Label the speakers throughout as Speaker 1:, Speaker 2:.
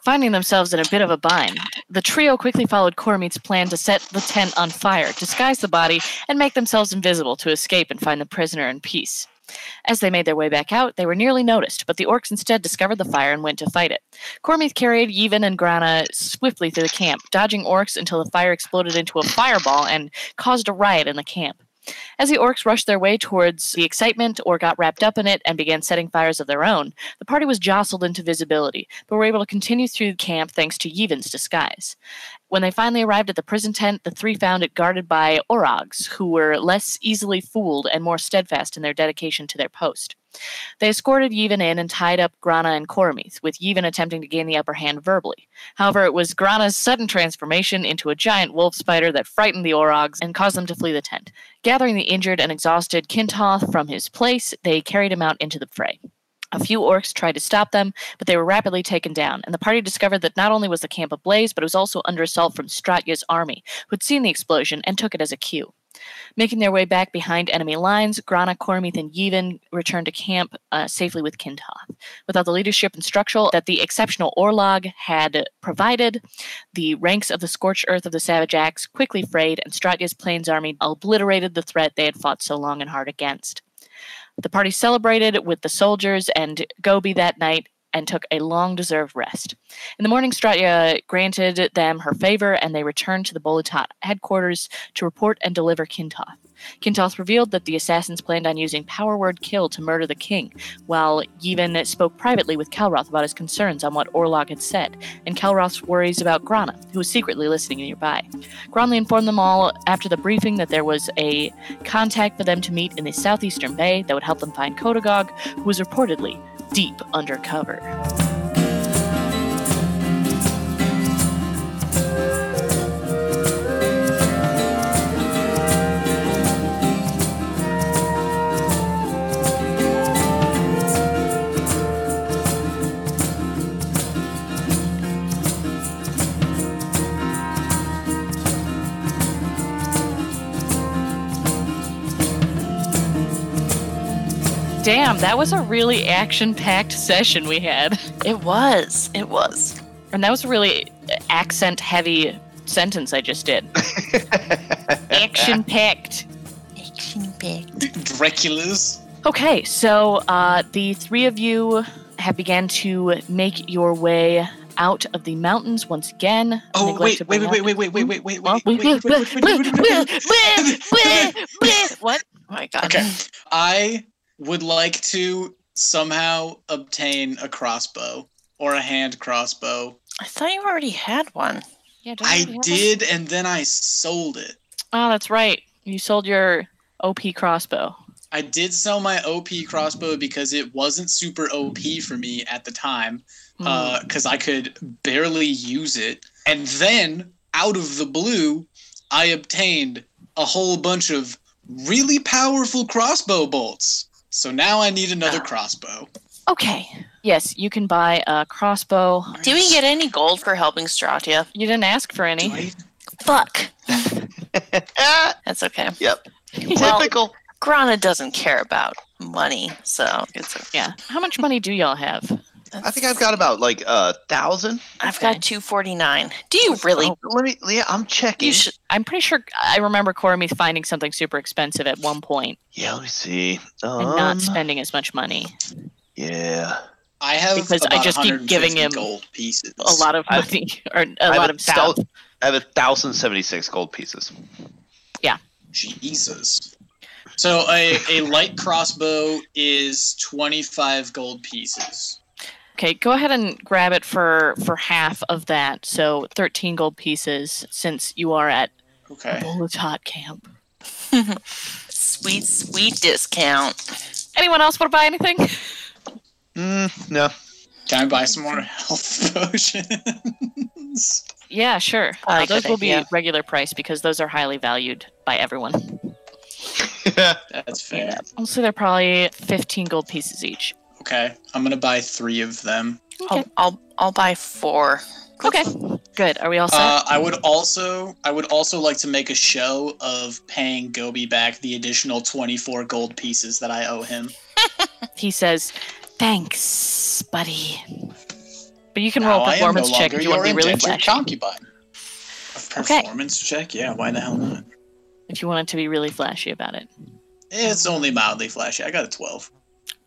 Speaker 1: Finding themselves in a bit of a bind, the trio quickly followed Cormeet's plan to set the tent on fire, disguise the body, and make themselves invisible to escape and find the prisoner in peace. As they made their way back out, they were nearly noticed, but the orcs instead discovered the fire and went to fight it. Cormeth carried Yevon and Grana swiftly through the camp, dodging orcs until the fire exploded into a fireball and caused a riot in the camp. As the orcs rushed their way towards the excitement or got wrapped up in it and began setting fires of their own, the party was jostled into visibility, but were able to continue through the camp thanks to Yevon's disguise. When they finally arrived at the prison tent, the three found it guarded by Orogs, who were less easily fooled and more steadfast in their dedication to their post. They escorted Yevon in and tied up Grana and Koromith, with Yevon attempting to gain the upper hand verbally. However, it was Grana's sudden transformation into a giant wolf spider that frightened the Orogs and caused them to flee the tent. Gathering the injured and exhausted Kintoth from his place, they carried him out into the fray. A few orcs tried to stop them, but they were rapidly taken down, and the party discovered that not only was the camp ablaze, but it was also under assault from Stratya's army, who had seen the explosion and took it as a cue. Making their way back behind enemy lines, Grana, Cormith, and Yevon returned to camp uh, safely with Kintoth. Without the leadership and structure that the exceptional Orlog had provided, the ranks of the scorched earth of the Savage Axe quickly frayed, and Stratya's Plains army obliterated the threat they had fought so long and hard against. The party celebrated with the soldiers and Gobi that night and took a long deserved rest. In the morning, Stratya granted them her favor and they returned to the Bolitot headquarters to report and deliver Kintoth. Kintoth revealed that the assassins planned on using power word kill to murder the king, while Yevon spoke privately with Kalroth about his concerns on what Orlog had said, and Kalroth's worries about Grana, who was secretly listening nearby. Granly informed them all after the briefing that there was a contact for them to meet in the southeastern bay that would help them find Kodagog, who was reportedly deep undercover. Damn, that was a really action packed session we had.
Speaker 2: It was. It was.
Speaker 1: And that was a really accent heavy sentence I just did. action packed.
Speaker 2: Action packed.
Speaker 3: Dracula's.
Speaker 1: Okay, so uh, the three of you have began to make your way out of the mountains once again.
Speaker 3: Oh
Speaker 1: Neglect
Speaker 3: wait,
Speaker 1: to
Speaker 3: wait,
Speaker 1: bring
Speaker 3: wait,
Speaker 1: up-
Speaker 3: wait, wait, wait, wait, wait, wait,
Speaker 1: Well,
Speaker 3: wait, wait, wait, wait, wait, wait, wait, wait, wait, wait.
Speaker 1: What?
Speaker 2: Oh my god.
Speaker 3: Okay, I would like to somehow obtain a crossbow or a hand crossbow.
Speaker 2: I thought you already had one.
Speaker 1: Yeah, don't you
Speaker 3: I
Speaker 1: have one?
Speaker 3: did, and then I sold it.
Speaker 1: Oh, that's right. You sold your OP crossbow.
Speaker 3: I did sell my OP crossbow because it wasn't super OP for me at the time,
Speaker 1: Hmm.
Speaker 3: because uh, I could barely use it. And then, out of the blue, I obtained a whole bunch of really powerful crossbow bolts. So now I need another
Speaker 2: Ah.
Speaker 3: crossbow.
Speaker 1: Okay. Yes, you can buy a crossbow.
Speaker 2: Do we get any gold for helping Stratia?
Speaker 1: You didn't ask for
Speaker 3: Do
Speaker 1: any.
Speaker 3: I-
Speaker 2: Fuck.
Speaker 4: Ah,
Speaker 2: That's okay.
Speaker 4: yep.
Speaker 2: Well-
Speaker 4: Typical.
Speaker 2: Grana doesn't care about money, so it's okay.
Speaker 1: Yeah. How much money do y'all have?
Speaker 4: I think I've got about like a thousand.
Speaker 2: I've got two forty nine. Do you really?
Speaker 1: Oh,
Speaker 4: Let me. Yeah, I'm checking.
Speaker 2: You should.
Speaker 1: I'm pretty sure I remember Cormie finding something super expensive at one point
Speaker 4: yeah, let me see.
Speaker 1: and not
Speaker 4: Um,
Speaker 1: spending as much money.
Speaker 4: yeah.
Speaker 3: I have
Speaker 1: Because I
Speaker 3: about
Speaker 1: just keep giving
Speaker 3: 150
Speaker 1: him
Speaker 3: gold pieces.
Speaker 1: A lot of
Speaker 4: I-
Speaker 1: money or a
Speaker 4: I have
Speaker 1: lot
Speaker 4: a
Speaker 1: of stuff.
Speaker 4: thou- I have a thousand seventy-six gold pieces.
Speaker 3: Jesus. So a, a light crossbow is 25 gold pieces.
Speaker 1: Okay, go ahead and grab it for for half of that. So 13 gold pieces since you are at
Speaker 3: Okay.
Speaker 1: Bolotot camp.
Speaker 2: Sweet, sweet discount.
Speaker 1: Anyone else want to buy anything?
Speaker 4: Mm, no.
Speaker 3: Can I buy some more health potions?
Speaker 1: Yeah, sure.
Speaker 2: I
Speaker 1: Uh,
Speaker 2: like
Speaker 1: those
Speaker 2: that
Speaker 1: will be
Speaker 2: idea.
Speaker 1: regular price because those are highly valued by everyone.
Speaker 3: That's fair.
Speaker 1: I'll say they're probably 15 gold pieces each.
Speaker 3: Okay. I'm gonna buy three of them.
Speaker 2: I'll, I'll, I'll buy four.
Speaker 1: Okay. Good. Are we all set?
Speaker 3: Uh, I would also I would also like to make a show of paying Gobi back the additional 24 gold pieces that I owe him.
Speaker 1: he says, Thanks, buddy. But you can
Speaker 3: Now
Speaker 1: roll a
Speaker 3: I am no
Speaker 1: performance check
Speaker 3: longer
Speaker 1: if you want to
Speaker 3: your
Speaker 1: be really
Speaker 3: indentured
Speaker 1: flashy.
Speaker 3: concubine. A
Speaker 1: Okay.
Speaker 3: performance check? Yeah, why the hell not?
Speaker 1: If you wanted to be really flashy about it.
Speaker 3: It's only mildly flashy. I got a 12.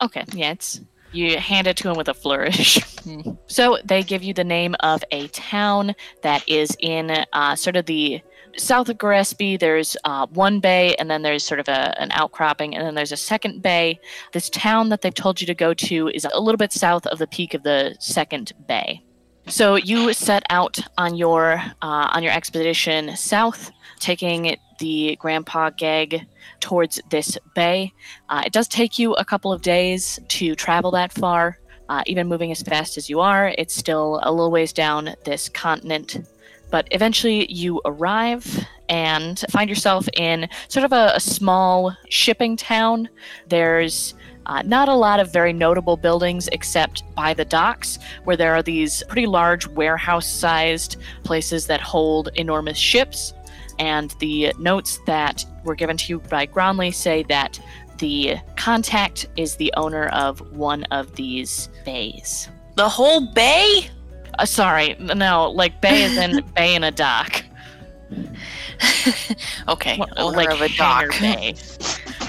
Speaker 1: Okay, yeah, it's you hand it to him with a flourish. so they give you the name of a town that is in uh, sort of the south of Gillespie. There's uh, one bay, and then there's sort of a, an outcropping, and then there's a second bay. This town that they've told you to go to is a little bit south of the peak of the second bay. So you set out on your uh, on your expedition south, taking the Grandpa Gag towards this bay. Uh, it does take you a couple of days to travel that far. Uh, even moving as fast as you are, it's still a little ways down this continent. But eventually you arrive and find yourself in sort of a, a small shipping town. There's uh, not a lot of very notable buildings except by the docks, where there are these pretty large warehouse sized places that hold enormous ships. And the notes that were given to you by Gronley say that the contact is the owner of one of these bays.
Speaker 2: The whole bay?
Speaker 1: Uh, sorry, no, like bay is in bay in a dock,
Speaker 2: okay.
Speaker 1: What-
Speaker 2: owner
Speaker 1: like
Speaker 2: of a dock.
Speaker 1: hangar bay.
Speaker 2: Okay.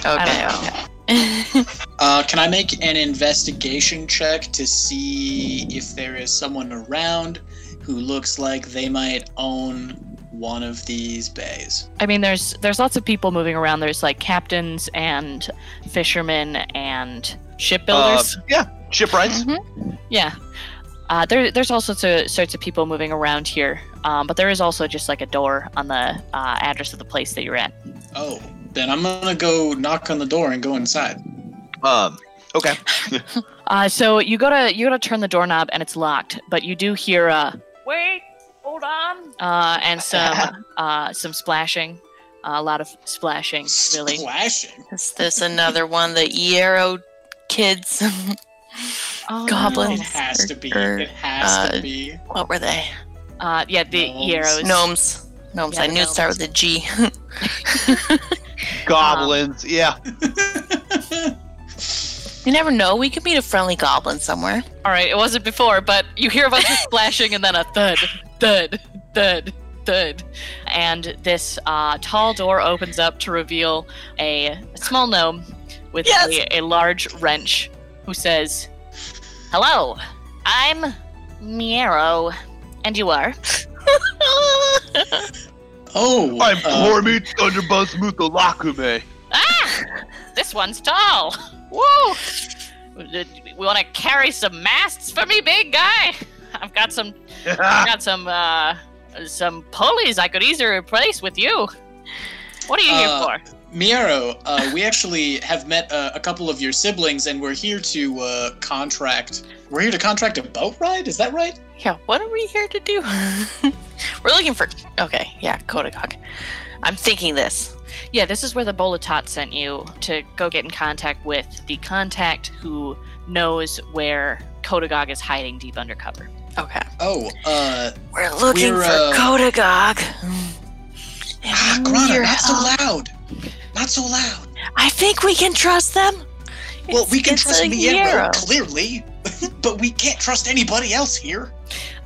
Speaker 2: okay.
Speaker 3: Uh, can I make an investigation check to see if there is someone around who looks like they might own one of these bays?
Speaker 1: I mean, there's there's lots of people moving around. There's like captains and fishermen and shipbuilders.
Speaker 4: Uh, yeah, ship rides.
Speaker 1: yeah. Uh, there, there's all sorts of sorts of people moving around here, um, but there is also just like a door on the uh, address of the place that you're at.
Speaker 3: Oh, then I'm gonna go knock on the door and go inside.
Speaker 1: Mm-hmm.
Speaker 4: Um, okay.
Speaker 1: Uh, so you gotta you gotta turn the doorknob and it's locked, but you do hear uh, wait, hold on, uh, and some uh, some splashing, a lot of splashing, really.
Speaker 3: Splashing.
Speaker 2: Is this another one of the Eero kids?
Speaker 1: Oh,
Speaker 2: Goblins.
Speaker 3: It has to be.
Speaker 2: Or,
Speaker 3: It has
Speaker 2: uh,
Speaker 3: to be.
Speaker 2: what were they?
Speaker 1: no. Uh, yeah, the
Speaker 3: Gnomes.
Speaker 1: Eros.
Speaker 2: Gnomes. Gnomes.
Speaker 1: Yeah,
Speaker 2: I
Speaker 1: the
Speaker 2: knew it started with a G.
Speaker 4: Goblins.
Speaker 1: Um,
Speaker 4: yeah.
Speaker 2: you never know. We could meet a friendly goblin somewhere.
Speaker 1: All right, it wasn't before, but you hear a bunch of splashing and then a thud, thud, thud, thud, and this uh, tall door opens up to reveal a, small gnome with
Speaker 2: Yes.
Speaker 1: a, a large wrench, who says, "Hello, I'm Miero, and you are."
Speaker 3: Oh,
Speaker 4: I'm
Speaker 3: uh,
Speaker 4: Cormie Thunderbuns Muthalakume.
Speaker 1: Ah, this one's tall. Woo! We want to carry some masts for me, big guy. I've got some I got some uh, some pulleys I could easily replace with you. What are you
Speaker 3: Uh,
Speaker 1: here for?
Speaker 3: Miero, uh, we actually have met uh, a couple of your siblings, and we're here to uh, contract. We're here to contract a boat ride. Is that right?
Speaker 2: Yeah, what are we here to do? We're looking for. Okay, yeah, Kodakok. I'm thinking this.
Speaker 1: Yeah, this is where the Bolotot sent you to go get in contact with the contact who knows where Kodagog is hiding deep undercover.
Speaker 2: Okay.
Speaker 3: Oh, uh,
Speaker 2: We're looking
Speaker 3: We're,
Speaker 2: for
Speaker 3: uh,
Speaker 2: Kodagog.
Speaker 3: ah,
Speaker 2: And we need
Speaker 3: Grana,
Speaker 2: your
Speaker 3: not so
Speaker 2: help.
Speaker 3: loud. Not so loud.
Speaker 2: I think we can trust them.
Speaker 3: well, we can
Speaker 2: It's-
Speaker 3: trust
Speaker 2: it's a
Speaker 3: Miero,
Speaker 2: hero.
Speaker 3: clearly, but we can't trust anybody else here.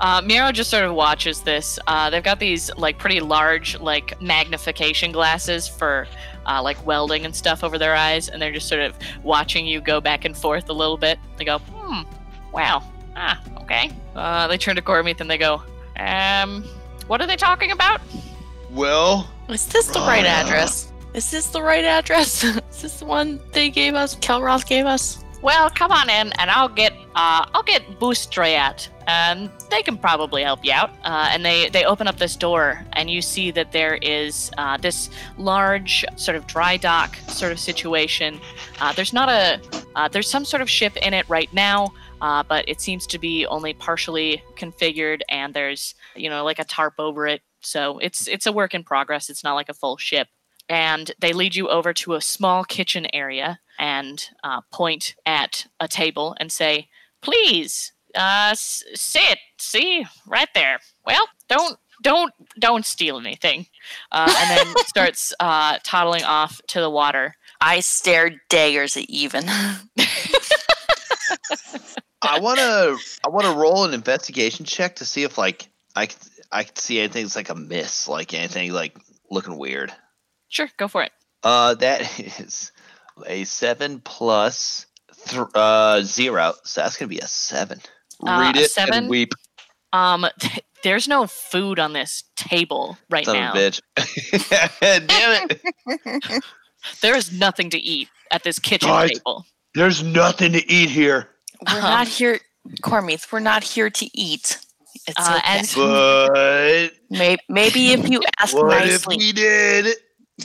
Speaker 1: Uh, Miro just sort of watches this. Uh, they've got these like pretty large like magnification glasses for uh, like welding and stuff over their eyes, and they're just sort of watching you go back and forth a little bit. They go, "Hmm, wow, ah, okay." Uh, they turn to Gormith and they go, "Um, what are they talking about?"
Speaker 4: Well,
Speaker 2: Is this the right
Speaker 4: Grana.
Speaker 2: address? Is this the right address? Is this the one they gave us? Kelroth gave us?
Speaker 1: Well, come on in, and I'll get uh, I'll get Boostrayat, and they can probably help you out. Uh, and they they open up this door, and you see that there is uh, this large sort of dry dock sort of situation. Uh, there's not a uh, there's some sort of ship in it right now. Uh, but it seems to be only partially configured, and there's you know like a tarp over it, so it's it's a work in progress. It's not like a full ship and they lead you over to a small kitchen area and uh, point at a table and say, "Please uh, s- sit. See right there. Well, don't." Don't don't steal anything, uh, and then starts uh, toddling off to the water.
Speaker 2: I stared daggers at even.
Speaker 4: I wanna I wanna roll an investigation check to see if like I c- I can see anything that's like a miss, like anything like looking weird.
Speaker 1: Sure, go for it.
Speaker 4: Uh, that is a seven plus th- uh zero, so that's gonna be a seven.
Speaker 1: Uh,
Speaker 4: Read
Speaker 1: a
Speaker 4: it
Speaker 1: seven?
Speaker 4: and weep,
Speaker 1: Um, there's no food on this table right
Speaker 4: son
Speaker 1: now.
Speaker 4: of a bitch. Damn it!
Speaker 1: There is nothing to eat at this kitchen
Speaker 4: Guys.
Speaker 1: table.
Speaker 4: There's nothing to eat here.
Speaker 2: We're
Speaker 1: Um,
Speaker 2: not here, Cormith. We're not here to eat. It's
Speaker 1: Uh,
Speaker 2: okay.
Speaker 1: as-
Speaker 4: But
Speaker 2: May- maybe if you ask
Speaker 4: what if
Speaker 2: nicely,
Speaker 4: we did?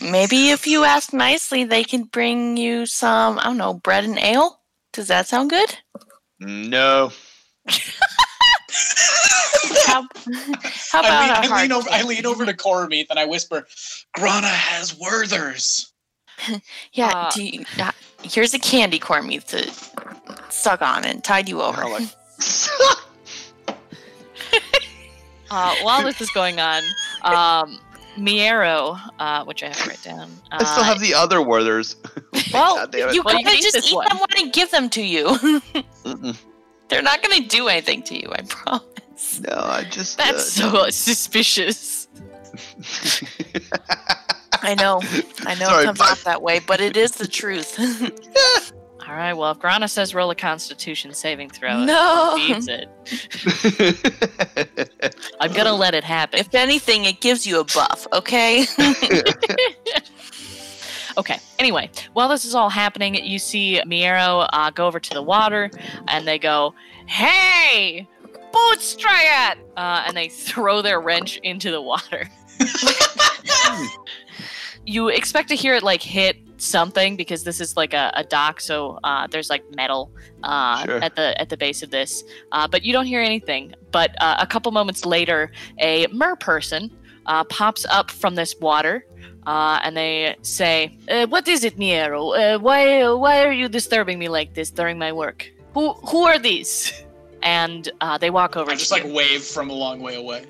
Speaker 2: maybe if you ask nicely, they can bring you some. I don't know, bread and ale. Does that sound good?
Speaker 4: No.
Speaker 2: How, how about
Speaker 3: I,
Speaker 2: a
Speaker 3: lean, I,
Speaker 2: hard
Speaker 3: lean over, I
Speaker 2: candy?
Speaker 3: lean over to Cormeet and I whisper, Grana has Werthers.
Speaker 2: Yeah.
Speaker 1: Uh,
Speaker 2: do you, uh, here's a candy Cormith to suck on and tide you over.
Speaker 4: I'm like,
Speaker 1: Uh, while this is going on, um, Miero, uh, which I have to write down. Uh,
Speaker 4: I still have the other Werthers.
Speaker 2: well,
Speaker 4: God damn it.
Speaker 2: you
Speaker 1: Well, you
Speaker 2: could
Speaker 1: can eat
Speaker 2: just
Speaker 1: this
Speaker 2: eat
Speaker 1: one.
Speaker 2: them when I give them to you.
Speaker 4: Mm-mm.
Speaker 2: They're not going to do anything to you. I promise.
Speaker 4: No, I just.
Speaker 1: that's
Speaker 4: uh,
Speaker 1: so suspicious.
Speaker 2: I know. I know
Speaker 4: Sorry,
Speaker 2: it comes
Speaker 4: but-
Speaker 2: off that way, but it is the truth.
Speaker 1: All right, well, if Grana says roll a Constitution saving throw, it
Speaker 2: no.
Speaker 1: beats it. I'm gonna let it happen.
Speaker 2: If anything, it gives you a buff, okay?
Speaker 1: Okay. Anyway, while this is all happening, you see Miero uh, go over to the water, and they go, "Hey, Bootstriad!" Uh, and they throw their wrench into the water. you expect to hear it like hit something because this is like a, a dock, so uh, there's like metal uh,
Speaker 4: Sure.
Speaker 1: at the at the base of this, uh, but you don't hear anything. But uh, a couple moments later, a mer person uh, pops up from this water uh, and they say, uh, "What is it, Niero? Uh, why, why are you disturbing me like this during my work? Who, who are these?" And uh, they walk over.
Speaker 3: I
Speaker 1: to
Speaker 3: just
Speaker 1: you.
Speaker 3: like wave from a long way away.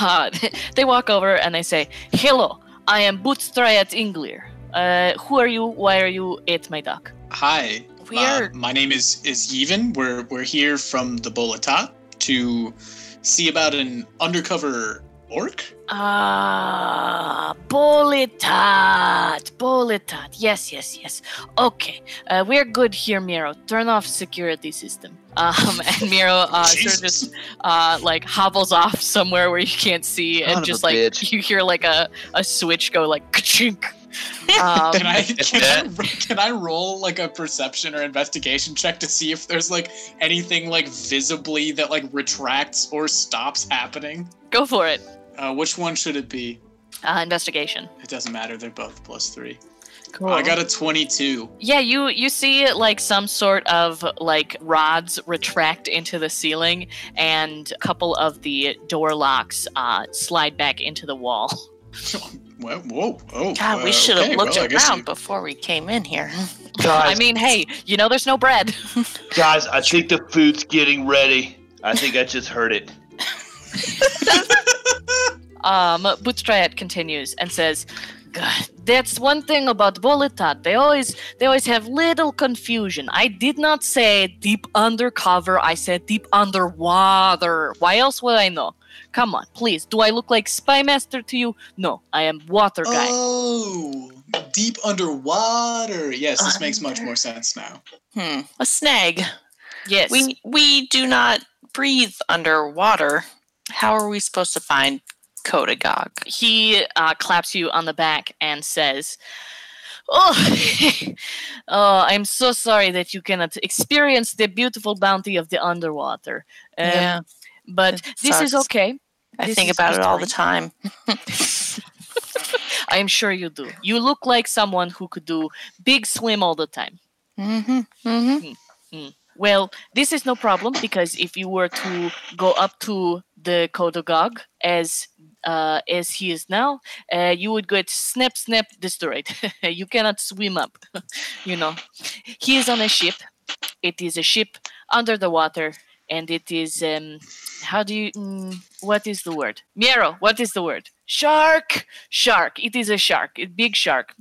Speaker 1: Uh, they walk over and they say, "Hello, I am Bootstrayat Inglir. Uh, who are you? Why are you at my dock?"
Speaker 3: Hi,
Speaker 2: We
Speaker 3: uh,
Speaker 2: are.
Speaker 3: my name is is Yevon. We're we're here from the Bolata to see about an undercover orc.
Speaker 1: Uh, Ah, Boletat, Boletat. Yes, yes, yes. Okay, uh, we're good here, Miro. Turn off security system. Um, and Miro uh, sort of just
Speaker 3: Jesus.
Speaker 1: uh, like hobbles off somewhere where you can't see,
Speaker 4: Son of
Speaker 1: and
Speaker 4: a
Speaker 1: just like
Speaker 4: bitch.
Speaker 1: you hear like a, a switch go like ka-chink. Um,
Speaker 3: Can I can, I can I roll like a perception or investigation check to see if there's like anything like visibly that like retracts or stops happening?
Speaker 1: go for it.
Speaker 3: Uh, which one should it be?
Speaker 1: Uh, investigation.
Speaker 3: It doesn't matter. They're both plus three.
Speaker 1: Cool.
Speaker 3: I got a twenty-two.
Speaker 1: yeah, you you see like some sort of like rods retract into the ceiling, and a couple of the door locks uh, slide back into the wall.
Speaker 3: Whoa! whoa oh,
Speaker 2: God, we
Speaker 3: uh,
Speaker 2: should have
Speaker 3: okay,
Speaker 2: looked
Speaker 3: well, I guess
Speaker 2: around
Speaker 3: you-
Speaker 2: before we came in here.
Speaker 1: I
Speaker 4: guys,
Speaker 1: mean, hey, you know there's no bread.
Speaker 4: guys, I think the food's getting ready. I think I just heard it.
Speaker 1: Um, Bootstrayat continues and says, God, that's one thing about Boletat. They always they always have little confusion. I did not say deep undercover. I said deep underwater. Why else would I know? Come on, please. Do I look like Spy Master to you? No, I am water guy.
Speaker 3: Oh, deep underwater. Yes, this makes much more sense now.
Speaker 2: Hmm. A snag.
Speaker 1: yes.
Speaker 2: We we do not breathe underwater. How are we supposed to find Kodagog?
Speaker 1: he uh, claps you on the back and says, "Oh, oh, I'm so sorry that you cannot experience the beautiful bounty of the underwater. Um, but
Speaker 2: it
Speaker 1: this is
Speaker 2: sucks.
Speaker 1: okay.
Speaker 2: I
Speaker 1: this
Speaker 2: think
Speaker 1: is
Speaker 2: about it all the
Speaker 1: fine.
Speaker 2: time.
Speaker 1: I am sure you do. You look like someone who could do big swim all the time.
Speaker 2: Mm-hmm. Mm-hmm.
Speaker 1: Well, this is no problem because if you were to go up to the Kodogog as uh, as he is now, uh, you would get snap snap destroyed. you cannot swim up. you know, he is on a ship. It is a ship under the water, and it is um, how do you? Mm, what is the word? Miero. What is the word? Shark. Shark. It is a shark. A big shark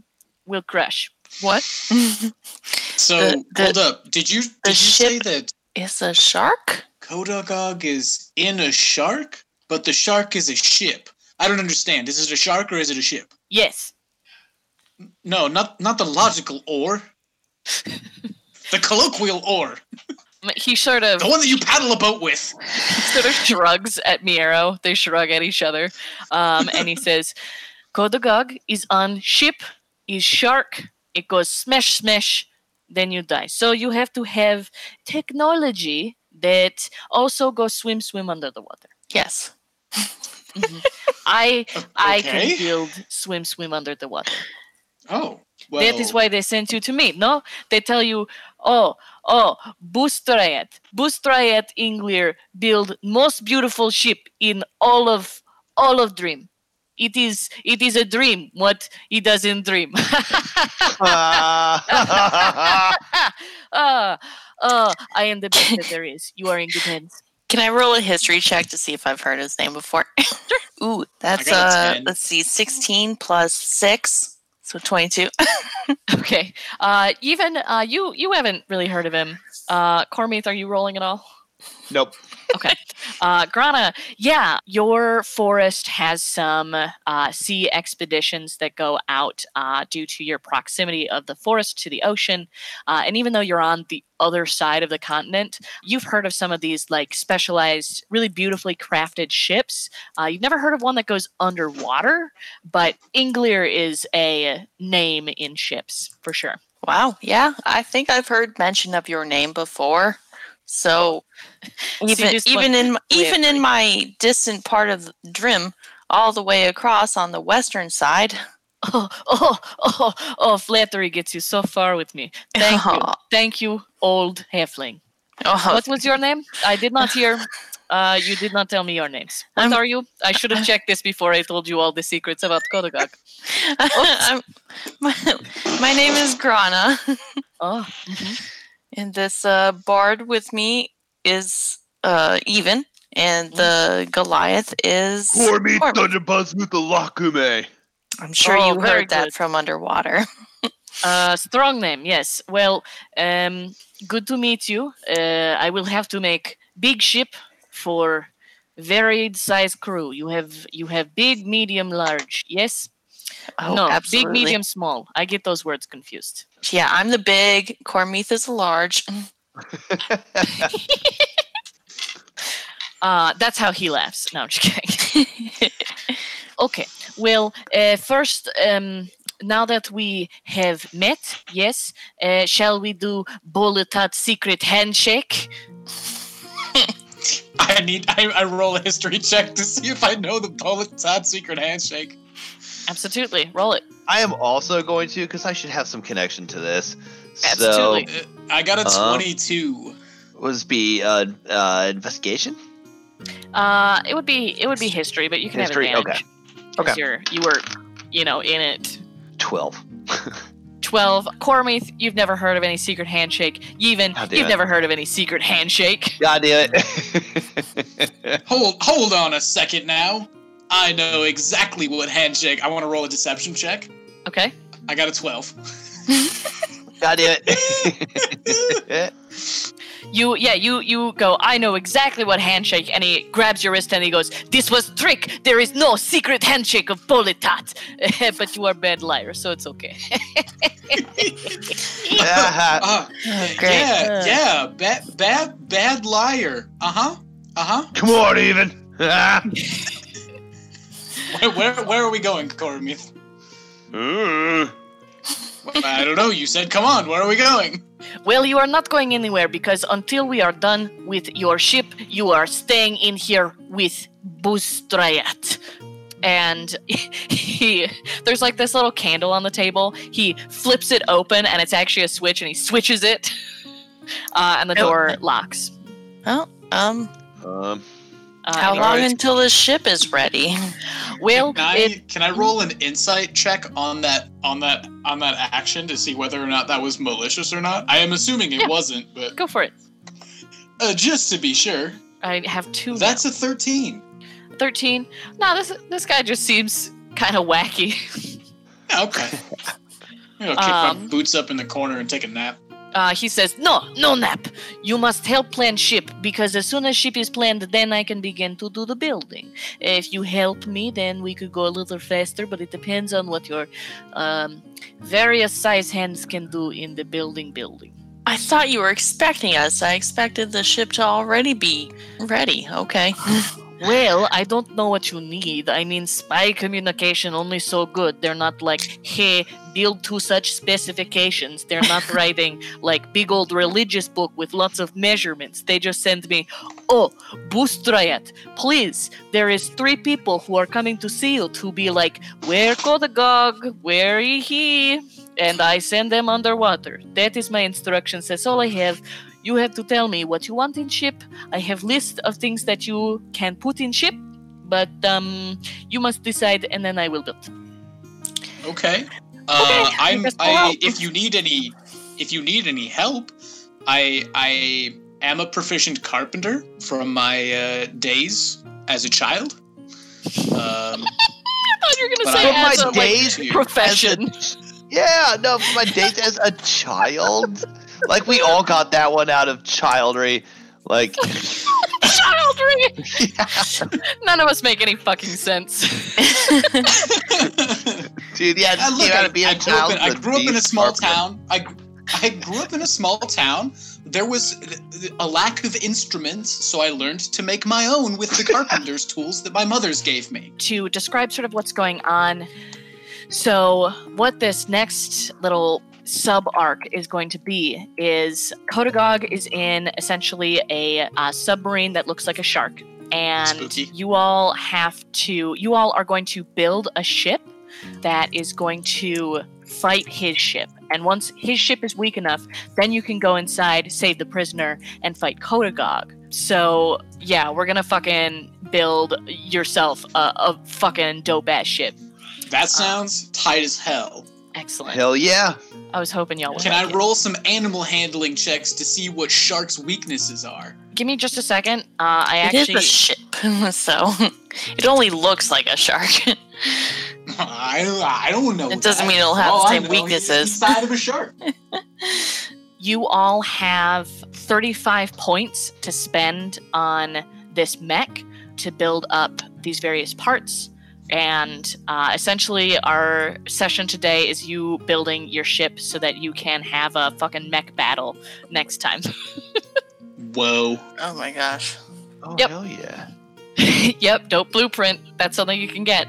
Speaker 1: will crash.
Speaker 2: What?
Speaker 3: So
Speaker 2: The- the-
Speaker 3: hold up. Did you did you
Speaker 2: ship-
Speaker 3: say that
Speaker 2: is a shark?
Speaker 3: Kodakog is in a shark, but the shark is a ship. I don't understand. Is it a shark or is it a ship?
Speaker 1: Yes.
Speaker 3: No, not not the logical or. the colloquial or.
Speaker 1: He sort of
Speaker 3: The one that you paddle a boat with.
Speaker 1: sort of shrugs at Miero. They shrug at each other. Um, and he says, Kodagog is on ship, is shark. It goes smash, smash, then you die. So you have to have technology that also goes swim, swim under the water.
Speaker 2: Yes.
Speaker 1: I I
Speaker 3: Okay.
Speaker 1: can build swim, swim under the water.
Speaker 3: Oh. Well,
Speaker 1: That is why they sent you to me. No, they tell you, oh, oh, Bustrayet, Bustrayet Inglir build most beautiful ship in all of all of Dream. It is it is a dream. What he does in Dream. Uh,
Speaker 4: Ah.
Speaker 1: Ah, ah, I am the best that there is. You are in good hands.
Speaker 2: Can I roll a history check to see if I've heard his name before? Ooh, that's
Speaker 3: got a
Speaker 2: uh
Speaker 3: 10.
Speaker 2: let's see, sixteen plus six. So twenty-two.
Speaker 1: Okay. Uh, even uh, you you haven't really heard of him. Uh, Cormith, are you rolling at all?
Speaker 4: nope.
Speaker 1: Okay. Uh, Grana, yeah, your forest has some uh, sea expeditions that go out uh, due to your proximity of the forest to the ocean. Uh, and even though you're on the other side of the continent, you've heard of some of these like specialized, really beautifully crafted ships. Uh, you've never heard of one that goes underwater, but Inglir is a name in ships for sure.
Speaker 2: Wow, yeah. I think I've heard mention of your name before. So even
Speaker 1: just
Speaker 2: even
Speaker 1: went
Speaker 2: in my- even in my distant part of Drim, all the way across on the western side.
Speaker 1: Oh, oh, oh, oh, flattery gets you so far with me. Thank you. Thank you, old halfling.
Speaker 2: Oh,
Speaker 1: What was your name? I did not hear. Uh, you did not tell me your names. What
Speaker 2: I'm-
Speaker 1: are you? I should have checked this before I told you all the secrets about Kodagak.
Speaker 2: I'm- my, my name is Grana,
Speaker 1: Oh,
Speaker 2: and this uh, bard with me is uh, Even,
Speaker 1: Hmm.
Speaker 2: and the Goliath is.
Speaker 4: Cormie
Speaker 2: Cormie.
Speaker 4: Thunderbuzz with the Lakume.
Speaker 2: I'm sure
Speaker 1: Oh,
Speaker 2: you
Speaker 1: very
Speaker 2: heard that
Speaker 1: good.
Speaker 2: from underwater.
Speaker 1: uh, strong name. Yes. Well, um, good to meet you. Uh, I will have to make big ship for varied size crew. You have you have big, medium, large. Yes.
Speaker 2: Oh,
Speaker 1: no,
Speaker 2: absolutely.
Speaker 1: big, medium, small. I get those words confused.
Speaker 2: Yeah, I'm the big. Cormith is the large.
Speaker 1: Uh, that's how he laughs. No, I'm just kidding. okay. Well, uh, first, um, now that we have met, yes, uh, shall we do Bolotat secret handshake?
Speaker 3: I need I, I roll a history check to see if I know the Bullet Todd secret handshake.
Speaker 1: Absolutely. Roll it.
Speaker 4: I am also going to because I should have some connection to this.
Speaker 1: Absolutely.
Speaker 4: So
Speaker 3: Uh, I got a
Speaker 4: Uh-huh.
Speaker 3: 22.
Speaker 4: was be uh, uh, investigation.
Speaker 1: Uh, it would be it would be history, but you can
Speaker 4: History,
Speaker 1: have
Speaker 4: okay.
Speaker 1: advantage. 'cause
Speaker 4: Okay.
Speaker 1: You're, you were, you know, in it.
Speaker 4: Twelve.
Speaker 1: 12. Cormith, you've never heard of any secret handshake. Even,
Speaker 4: How dare
Speaker 1: you've
Speaker 4: I?
Speaker 1: never heard of any secret handshake.
Speaker 4: God damn it.
Speaker 3: Hold hold on a second now. I know exactly what handshake. I want to roll a deception check.
Speaker 1: Okay.
Speaker 3: I got a 12.
Speaker 4: God damn it.
Speaker 1: You yeah, you you go, I know exactly what handshake and he grabs your wrist and he goes, This was trick. There is no secret handshake of Politat. but you are bad liar, so it's okay.
Speaker 3: Uh,
Speaker 4: Ah,
Speaker 2: Oh, great.
Speaker 3: yeah,
Speaker 1: Uh.
Speaker 3: yeah. Bad bad bad liar. Uh-huh. Uh-huh.
Speaker 4: Come on, even. Ah.
Speaker 3: Where where, where are we going, Cormith?
Speaker 4: Mm.
Speaker 3: I don't know. You said come on. Where are we going?
Speaker 1: Well, you are not going anywhere because until we are done with your ship, you are staying in here with Bustrayat. And he, there's like this little candle on the table. He flips it open, and it's actually a switch, and he switches it, uh, and the
Speaker 2: Oh.
Speaker 1: door locks.
Speaker 2: Um,
Speaker 4: Um,
Speaker 1: Uh,
Speaker 2: how
Speaker 1: and he
Speaker 2: long
Speaker 1: goes,
Speaker 2: until the ship is ready?
Speaker 1: Will
Speaker 3: Can I,
Speaker 1: it
Speaker 3: can I roll an insight check on that on that on that action to see whether or not that was malicious or not? I am assuming it
Speaker 1: Yeah.
Speaker 3: wasn't, but
Speaker 1: Go for it.
Speaker 3: uh, just to be sure,
Speaker 1: I have two.
Speaker 3: that's
Speaker 1: now.
Speaker 3: a thirteen.
Speaker 1: thirteen. No, this this guy just seems kind of wacky.
Speaker 3: Yeah, Okay. I'm gonna kick
Speaker 1: Um,
Speaker 3: my boots up in the corner and take a nap.
Speaker 1: Uh, he says, No, no, Nap. You must help plan ship because as soon as ship is planned, then I can begin to do the building. If you help me, then we could go a little faster, but it depends on what your um, various size hands can do in the building building.
Speaker 2: I thought you were expecting us. I expected the ship to already be ready. Okay.
Speaker 1: Well, I don't know what you need. I mean, spy communication only so good. They're not like, hey, build to such specifications. They're not writing like big old religious book with lots of measurements. They just send me, oh, Bustrayat, please. There is three people who are coming to see you to be like, where Kodagog? Where is he? And I send them underwater. That is my instructions. That's all I have. You have to tell me what you want in ship. I have list of things that you can put in ship, but um, you must decide, and then I will build.
Speaker 3: Okay. Uh,
Speaker 1: Okay,
Speaker 3: I'm.
Speaker 1: just go
Speaker 3: I,
Speaker 1: out.
Speaker 3: if you need any, if you need any help, I I am a proficient carpenter from my uh, days as a child.
Speaker 1: I
Speaker 3: Um,
Speaker 1: thought you were
Speaker 3: but
Speaker 1: gonna
Speaker 3: I
Speaker 1: say
Speaker 4: But
Speaker 1: as
Speaker 4: my
Speaker 1: a
Speaker 3: also,
Speaker 1: like,
Speaker 4: days
Speaker 3: dude,
Speaker 1: profession.
Speaker 4: Yeah, no, for my dates as a child. Like we all got that one out of childry. Like
Speaker 1: Childry. None of us make any fucking sense.
Speaker 4: dude, yeah,
Speaker 3: I
Speaker 4: just
Speaker 3: Uh, look,
Speaker 4: came out
Speaker 3: I,
Speaker 4: of being
Speaker 3: I
Speaker 4: a
Speaker 3: grew up
Speaker 4: child.
Speaker 3: in, I
Speaker 4: to
Speaker 3: grew up in
Speaker 4: be
Speaker 3: a small
Speaker 4: carpenter.
Speaker 3: town. I, gr- I grew up in a small town. There was th- th- a lack of instruments, so I learned to make my own with the carpenter's tools that my mother's gave me.
Speaker 1: to describe sort of what's going on. So, what this next little sub arc is going to be is Kodagog is in essentially a uh, submarine that looks like a shark, and
Speaker 3: Spooky.
Speaker 1: you all have to, you all are going to build a ship that is going to fight his ship. And once his ship is weak enough, then you can go inside, save the prisoner, and fight Kodagog. So yeah, we're gonna fucking build yourself a, a fucking dope ass ship.
Speaker 3: That sounds tight as hell.
Speaker 1: Excellent.
Speaker 4: Hell yeah.
Speaker 1: I was hoping y'all would.
Speaker 3: Can
Speaker 1: like
Speaker 3: I
Speaker 1: it.
Speaker 3: roll some animal handling checks to see what sharks' weaknesses are?
Speaker 1: Give me just a second. Uh, I
Speaker 2: It is
Speaker 1: actually
Speaker 2: a ship, so it only looks like a shark.
Speaker 3: I, I don't know.
Speaker 2: It doesn't
Speaker 3: that.
Speaker 2: mean it'll have
Speaker 1: Oh,
Speaker 3: All
Speaker 2: the
Speaker 3: I
Speaker 2: same
Speaker 3: know is
Speaker 2: weaknesses.
Speaker 3: the Side of a shark.
Speaker 1: you all have 35 points to spend on this mech to build up these various parts. And uh, essentially, our session today is you building your ship so that you can have a fucking mech battle next time.
Speaker 3: Whoa.
Speaker 2: Oh my gosh.
Speaker 4: Oh
Speaker 1: Yep.
Speaker 4: hell yeah.
Speaker 1: yep, dope blueprint. That's something you can get.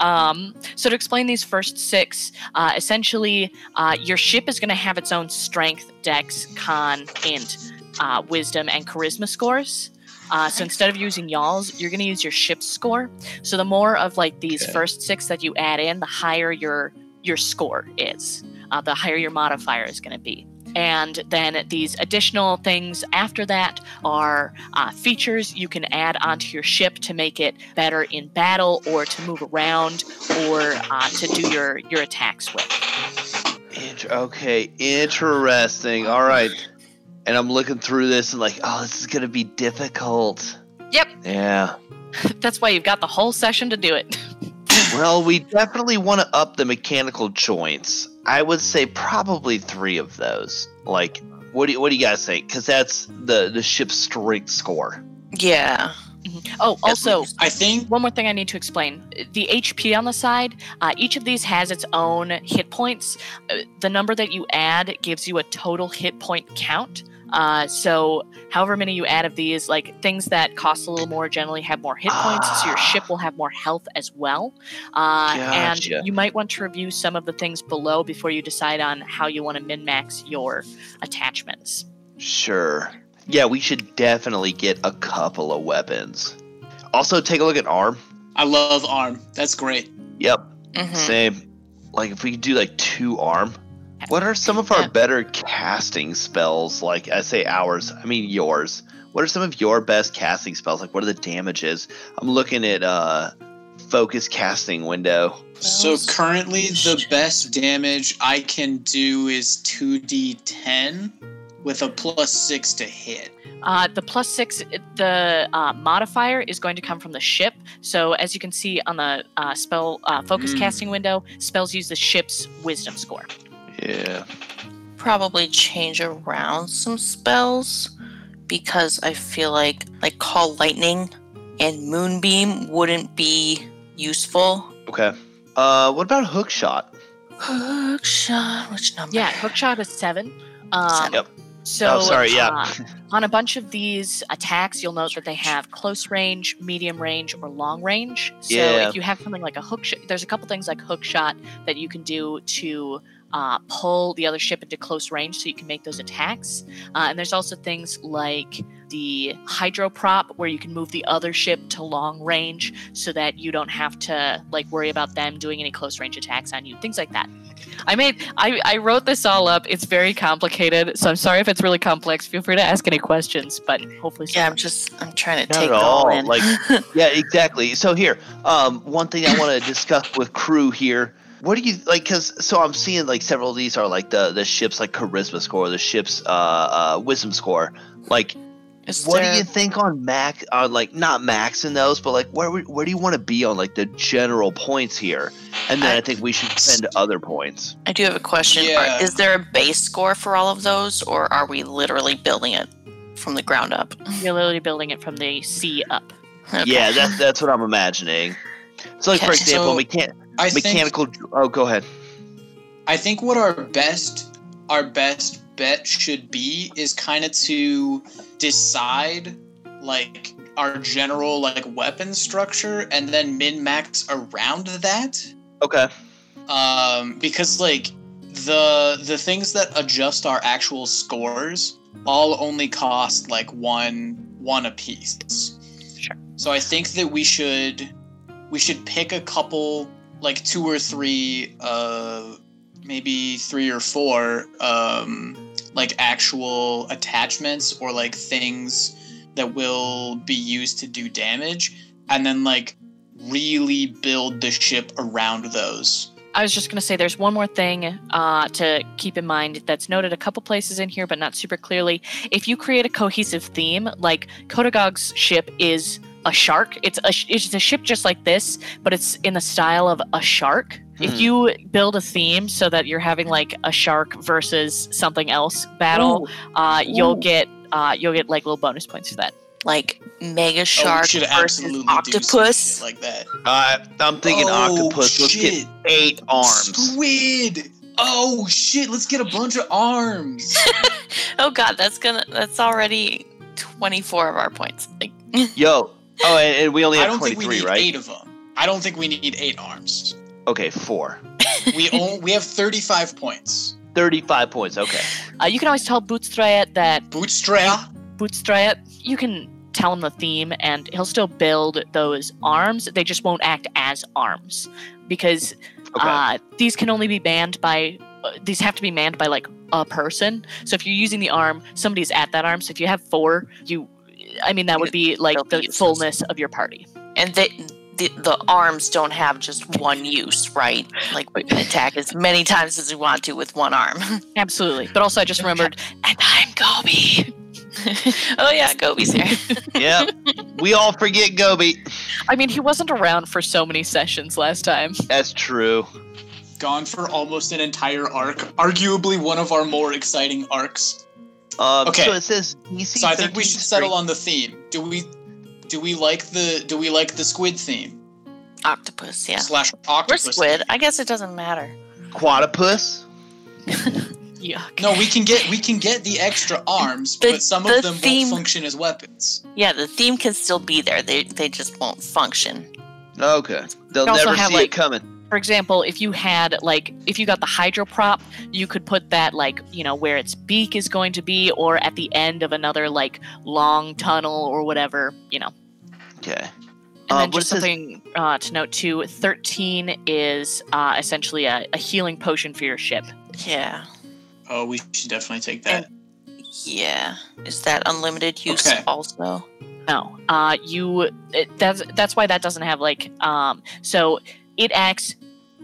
Speaker 1: Um, so to explain these first six, uh, essentially, uh, your ship is going to have its own strength, dex, con, int, uh, wisdom, and charisma scores. Uh, so instead of using y'all's, you're going to use your ship's score. So the more of like these
Speaker 4: Okay.
Speaker 1: first six that you add in, the higher your your score is. Uh, the higher your modifier is going to be. And then these additional things after that are uh, features you can add onto your ship to make it better in battle or to move around or uh, to do your, your attacks with.
Speaker 4: Int- okay, interesting. All right. And I'm looking through this and like, oh, this is gonna be difficult.
Speaker 1: Yep.
Speaker 4: Yeah.
Speaker 1: That's why you've got the whole session to do it.
Speaker 4: Well, we definitely want to up the mechanical joints. I would say probably three of those. Like, what do you, what do you guys think? Because that's the the ship's strength score.
Speaker 2: Yeah.
Speaker 1: Oh, also,
Speaker 3: I think
Speaker 1: one more thing I need to explain. The HP on the side, uh, each of these has its own hit points. Uh, the number that you add gives you a total hit point count. Uh, so, however many you add of these, like things that cost a little more generally have more hit points, so your
Speaker 4: Ah.
Speaker 1: ship will have more health as well. Uh,
Speaker 4: Gotcha.
Speaker 1: And you might want to review some of the things below before you decide on how you want to min max your attachments.
Speaker 4: Sure. Yeah, we should definitely get a couple of weapons. Also, take a look at arm.
Speaker 3: I love arm. That's great.
Speaker 4: Yep,
Speaker 2: hmm
Speaker 4: same. Like, if we could do like two arm. What are some of our
Speaker 1: Yeah.
Speaker 4: better casting spells? Like, I say ours, I mean yours. What are some of your best casting spells? Like, what are the damages? I'm looking at uh, focus casting window.
Speaker 3: So
Speaker 2: Those
Speaker 3: currently, the
Speaker 2: shit.
Speaker 3: best damage I can do is 2d10 with a plus 6 to hit.
Speaker 1: Uh, the plus six, the uh, modifier is going to come from the ship. So as you can see on the uh,
Speaker 4: Hmm.
Speaker 1: spell uh, focus
Speaker 3: Mm.
Speaker 1: casting window, spells use the ship's wisdom score.
Speaker 4: Yeah.
Speaker 2: probably change around some spells because I feel like like call lightning and moonbeam wouldn't be useful.
Speaker 4: Okay. Uh, what about hook shot?
Speaker 2: Hook shot, which number?
Speaker 1: Yeah, hookshot is seven. Um,
Speaker 4: Yep.
Speaker 1: So,
Speaker 4: Oh, sorry, yeah.
Speaker 1: uh, on a bunch of these attacks, you'll note that they have close range, medium range, or long range. So,
Speaker 4: Yeah.
Speaker 1: if you have something like a hook shot, there's a couple things like hook shot that you can do to uh, pull the other ship into close range so you can make those attacks. Uh, and there's also things like the hydroprop where you can move the other ship to long range so that you don't have to like worry about them doing any close range attacks on you things like that i made i, I wrote this all up it's very complicated so i'm sorry if it's really complex feel free to ask any questions but hopefully
Speaker 2: Yeah, I'm just I'm trying to
Speaker 4: Not
Speaker 2: take
Speaker 4: at
Speaker 2: it all
Speaker 4: all,
Speaker 2: in.
Speaker 4: like- Yeah, exactly. So here, um, one thing I want to discuss with crew here. What do you like? Because so I'm seeing like several of these are like the the ship's like charisma score, the ship's uh, uh wisdom score. Like,
Speaker 2: Is
Speaker 4: what
Speaker 2: there-
Speaker 4: do you think on max? On like not max in those, but like where would- where do you want to be on like the general points here? And then I,
Speaker 2: I-
Speaker 4: think we should spend other points.
Speaker 2: I do have a question. Are-
Speaker 3: Yeah.
Speaker 2: is there a base score for all of those, or are we literally building it from the ground up?
Speaker 1: you're literally building it from the sea up
Speaker 2: Okay.
Speaker 4: Yeah, that's that's what I'm imagining. So like for
Speaker 2: Okay,
Speaker 4: example,
Speaker 3: so
Speaker 4: mechan-
Speaker 3: I think
Speaker 4: mechanical. Oh, go ahead.
Speaker 3: I think what our best our best bet should be is kind of to decide like our general like weapon structure and then min max around that
Speaker 4: Okay.
Speaker 3: um, because like the the things that adjust our actual scores all only cost like one one a piece.
Speaker 1: Sure.
Speaker 3: So I think that we should we should pick a couple like two or three uh maybe three or four um like actual attachments or like things that will be used to do damage and then like really build the ship around those.
Speaker 1: I was just going to say there's one more thing uh, to keep in mind that's noted a couple places in here, but not super clearly. If you create a cohesive theme, like Kodagog's ship is a shark, it's a, sh- it's a ship just like this, but it's in the style of a shark. If
Speaker 4: Hmm.
Speaker 1: you build a theme so that you're having like a shark versus something else battle, uh, you'll
Speaker 2: Ooh.
Speaker 1: get uh, you'll get like little bonus points for that.
Speaker 2: Like mega
Speaker 3: Oh, we
Speaker 2: shark
Speaker 3: should
Speaker 2: versus
Speaker 3: absolutely do some
Speaker 2: octopus.
Speaker 3: shit like that.
Speaker 4: Uh, I'm thinking
Speaker 3: Oh,
Speaker 4: octopus. Let's get
Speaker 3: shit.
Speaker 4: eight arms.
Speaker 3: Squid. Oh shit! Let's get a bunch of arms.
Speaker 2: oh god, that's gonna that's already twenty four of our points. Like,
Speaker 4: Yo. Oh, and, and we only
Speaker 3: I don't
Speaker 4: have
Speaker 3: think we
Speaker 4: 23,
Speaker 3: need
Speaker 4: right?
Speaker 3: eight of them. I don't think we need eight arms.
Speaker 4: Okay, four.
Speaker 3: We own, we have thirty-five points.
Speaker 4: 35 points. Okay.
Speaker 1: Uh, you can always tell Bootstrayet that
Speaker 3: Bootstrap.
Speaker 1: Bootstrap, you can tell him the theme and he'll still build those arms. They just won't act as arms because
Speaker 4: Okay.
Speaker 1: uh, these can only be manned by, uh, these have to be manned by like a person. So if you're using the arm, somebody's at that arm. So if you have four, you, I mean, that would be like
Speaker 2: They'll be
Speaker 1: the
Speaker 2: useless.
Speaker 1: fullness of your party.
Speaker 2: and they, the the arms don't have just one use, right? Like we can attack as many times as we want to with one arm.
Speaker 1: Absolutely. But also, I just remembered, and I'm Gobi.
Speaker 2: oh yeah, Gobi's here.
Speaker 4: yep. We all forget Gobi.
Speaker 1: I mean, he wasn't around for so many sessions last time.
Speaker 4: That's true.
Speaker 3: Gone for almost an entire arc. Arguably one of our more exciting arcs.
Speaker 4: Um,
Speaker 3: Okay.
Speaker 4: So it says DC.
Speaker 3: So I think we should settle on the theme. Do we? Do we like the? Do we like the squid theme
Speaker 2: Octopus, yeah.
Speaker 3: slash
Speaker 2: We're
Speaker 3: octopus?
Speaker 2: squid. I guess it doesn't matter.
Speaker 4: Quadopus.
Speaker 1: Yuck.
Speaker 3: No, we can get we can get the extra arms,
Speaker 2: The-
Speaker 3: but some
Speaker 2: the
Speaker 3: of them
Speaker 2: theme-
Speaker 3: won't function as weapons.
Speaker 2: Yeah, the theme can still be there. They they just won't function.
Speaker 4: Okay. They'll
Speaker 1: We also
Speaker 4: never
Speaker 1: have,
Speaker 4: see
Speaker 1: like-
Speaker 4: it coming.
Speaker 1: for example, if you had like if you got the hydro prop, you could put that like, you know, where its beak is going to be or at the end of another like long tunnel or whatever, you know.
Speaker 4: Okay.
Speaker 1: And
Speaker 4: Uh,
Speaker 1: then
Speaker 4: what
Speaker 1: just
Speaker 4: it says-
Speaker 1: something uh, to note too, 13 is uh, essentially a, a healing potion for your ship.
Speaker 2: Yeah.
Speaker 3: Oh, we should definitely take that.
Speaker 2: Yeah. Is that unlimited use
Speaker 3: Okay.
Speaker 2: also?
Speaker 1: No. Uh, you it, that's that's why that doesn't have like um so it acts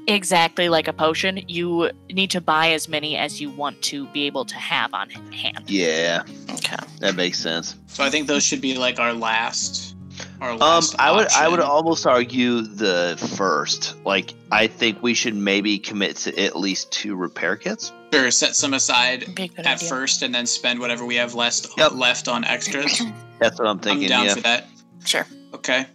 Speaker 1: exactly like a potion. You need to buy as many as you want to be able to have on hand.
Speaker 4: Yeah,
Speaker 2: Okay.
Speaker 4: that makes sense.
Speaker 3: So I think those should be like our last. Our
Speaker 4: Um,
Speaker 3: last
Speaker 4: I would I would
Speaker 3: option.
Speaker 4: almost argue the first. Like, I think we should maybe commit to at least two repair kits.
Speaker 3: Sure, set some aside
Speaker 2: Be a good
Speaker 3: at
Speaker 2: idea.
Speaker 3: first, and then spend whatever we have left
Speaker 4: Yep.
Speaker 3: left on extras.
Speaker 4: That's what I'm thinking.
Speaker 3: I'm down
Speaker 4: yeah.
Speaker 3: for that.
Speaker 2: Sure.
Speaker 3: Okay,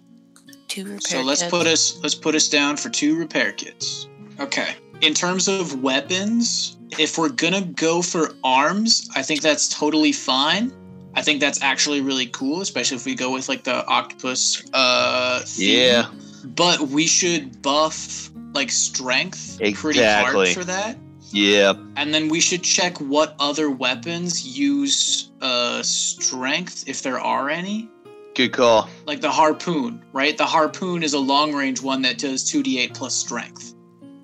Speaker 2: Two repair
Speaker 3: so let's
Speaker 2: kits.
Speaker 3: put us let's put us down for two repair kits. Okay. In terms of weapons, if we're gonna go for arms, I think that's totally fine. I think that's actually really cool, especially if we go with like the octopus. Uh, theme.
Speaker 4: Yeah.
Speaker 3: But we should buff like strength pretty hard
Speaker 4: Exactly.
Speaker 3: for that.
Speaker 4: Yeah.
Speaker 3: And then we should check what other weapons use uh, strength, if there are any.
Speaker 4: Good call.
Speaker 3: Like the harpoon, right? The harpoon is a long range one that does 2d8 plus strength.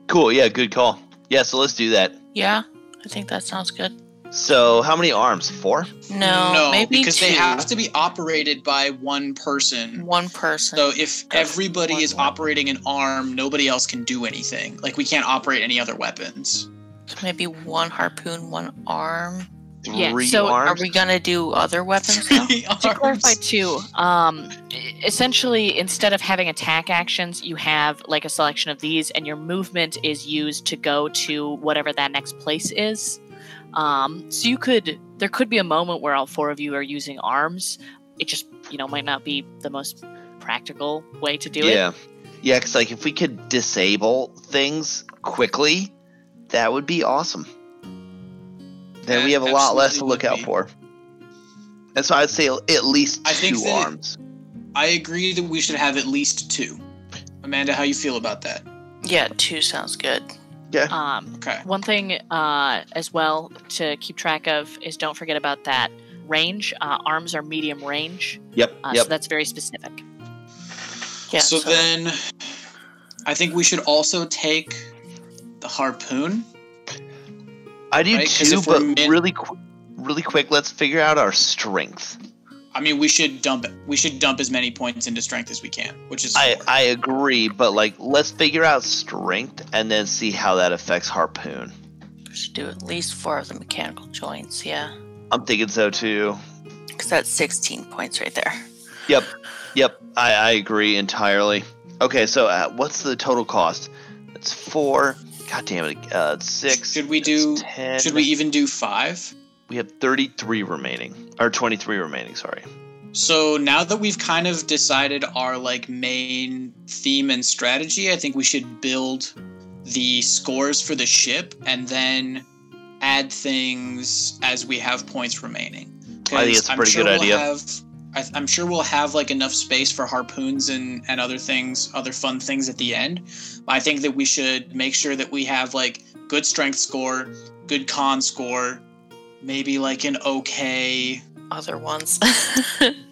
Speaker 4: Cool. Yeah. Good call. Yeah. So let's do that.
Speaker 2: Yeah, I think that sounds good.
Speaker 4: So how many arms? Four.
Speaker 2: No, maybe
Speaker 3: because
Speaker 2: two.
Speaker 3: they have to be operated by one person.
Speaker 2: one person.
Speaker 3: So if everybody is
Speaker 2: One.
Speaker 3: operating an arm, nobody else can do anything. Like we can't operate any other weapons.
Speaker 2: So maybe one harpoon, one arm.
Speaker 1: Yeah,
Speaker 4: Three
Speaker 1: so are
Speaker 2: Are
Speaker 4: arms.
Speaker 2: we gonna do other weapons now?
Speaker 3: Three
Speaker 1: To clarify,
Speaker 3: arms.
Speaker 1: too, um, essentially, instead of having attack actions, you have like a selection of these, and your movement is used to go to whatever that next place is. Um, so you could, there could be a moment where all four of you are using arms. It just, you know, might not be the most practical way to do it.
Speaker 4: yeah. Yeah. Because like if we could disable things quickly, that would be awesome. Then
Speaker 3: That
Speaker 4: we have a lot less to
Speaker 3: absolutely
Speaker 4: look
Speaker 3: would
Speaker 4: out
Speaker 3: be.
Speaker 4: for. That's why I'd say at least
Speaker 3: I think
Speaker 4: two
Speaker 3: that-
Speaker 4: arms.
Speaker 3: I agree that we should have at least two. Amanda, how you feel about that?
Speaker 2: Yeah, two sounds good.
Speaker 1: Um,
Speaker 3: Okay.
Speaker 1: one thing uh, as well to keep track of is don't forget about that range. Uh, arms are medium range,
Speaker 4: Yep.
Speaker 1: uh,
Speaker 4: yep.
Speaker 1: so that's very specific.
Speaker 2: Yeah.
Speaker 3: so, then I think we should also take the harpoon.
Speaker 4: I do
Speaker 3: right? 'Cause
Speaker 4: too,
Speaker 3: if we're
Speaker 4: but
Speaker 3: min-
Speaker 4: really, qu- really quick. Let's figure out our strength.
Speaker 3: I mean, we should dump we should dump as many points into strength as we can, which is
Speaker 4: I
Speaker 3: four.
Speaker 4: I agree, but like let's figure out strength and then see how that affects harpoon.
Speaker 2: we should do at least four of the mechanical joints. Yeah,
Speaker 4: I'm thinking so too.
Speaker 2: because that's sixteen points right there.
Speaker 4: Yep, yep. I I agree entirely. Okay, so uh, what's the total cost? It's four. God damn it. Uh, it's six.
Speaker 3: Should we
Speaker 4: it's
Speaker 3: do-
Speaker 4: Ten.
Speaker 3: should we even do five?
Speaker 4: We have thirty-three remaining, or twenty-three remaining. Sorry.
Speaker 3: So now that we've kind of decided our like main theme and strategy, I think we should build the scores for the ship and then add things as we have points remaining.
Speaker 4: I think it's a
Speaker 3: 'Cause I'm
Speaker 4: pretty
Speaker 3: sure
Speaker 4: good
Speaker 3: we'll
Speaker 4: idea.
Speaker 3: Have, I, th- I'm sure we'll have like enough space for harpoons and and other things, other fun things at the end. I think that we should make sure that we have like good strength score, good con score, maybe like an okay
Speaker 2: Other ones.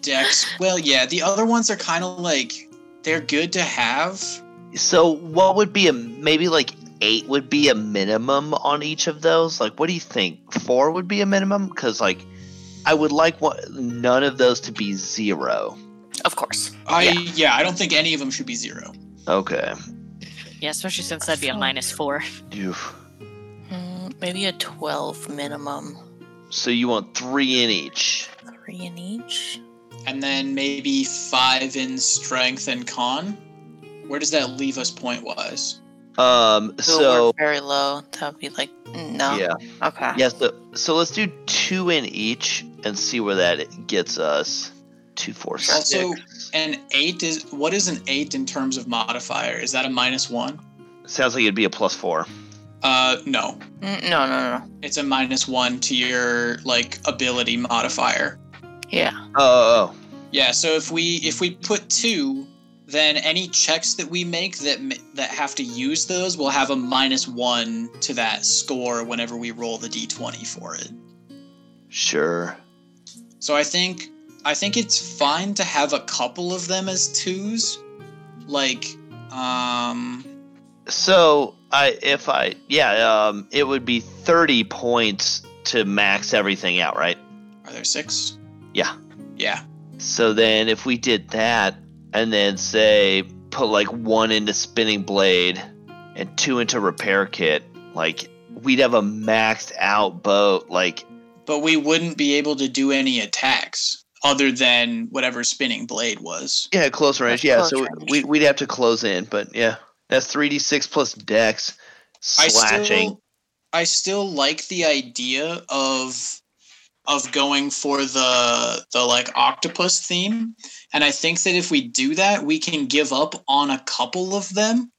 Speaker 3: decks. Well, yeah, the other ones are kind of like they're good to have.
Speaker 4: So what would be a maybe like eight would be a minimum on each of those? Like what do you think? Four would be a minimum because like I would like one, none of those to be zero.
Speaker 2: of course.
Speaker 3: I
Speaker 2: Yeah.
Speaker 3: yeah. I don't think any of them should be zero.
Speaker 4: Okay.
Speaker 1: Yeah, especially since that'd be a minus four.
Speaker 4: Oof.
Speaker 2: Mm, maybe a twelve minimum.
Speaker 4: So you want three in each.
Speaker 2: Three in each.
Speaker 3: And then maybe five in strength and con. Where does that leave us point wise?
Speaker 4: Um.
Speaker 2: So,
Speaker 4: So
Speaker 2: we're very low. That would be like no.
Speaker 4: yeah.
Speaker 2: Okay.
Speaker 4: Yeah. So so let's do two in each and see where that gets us. Two, four, six.
Speaker 3: Also- And eight is what is an eight in terms of modifier? Is that a minus one?
Speaker 4: Sounds like it'd be a plus four.
Speaker 3: Uh, no,
Speaker 2: Mm, no, no, no.
Speaker 3: it's a minus one to your like ability modifier.
Speaker 2: Yeah.
Speaker 4: Oh, oh, oh.
Speaker 3: Yeah, so if we if we put two, then any checks that we make that m- that have to use those will have a minus one to that score whenever we roll the d20 for it.
Speaker 4: sure.
Speaker 3: So I think I think it's fine to have a couple of them as twos, like um
Speaker 4: So I if I yeah, um it would be thirty points to max everything out, right?
Speaker 3: are there six?
Speaker 4: Yeah.
Speaker 3: Yeah.
Speaker 4: So then if we did that and then say put like one into spinning blade and two into repair kit, like we'd have a maxed out boat, like
Speaker 3: But we wouldn't be able to do any attacks other than whatever spinning blade was.
Speaker 4: Yeah, close range. Yeah,
Speaker 2: close
Speaker 4: so
Speaker 2: range.
Speaker 4: we we'd have to close in, but yeah, that's three d six plus dex
Speaker 3: I
Speaker 4: slashing.
Speaker 3: still, I still like the idea of of going for the the like octopus theme, and I think that if we do that, we can give up on a couple of them.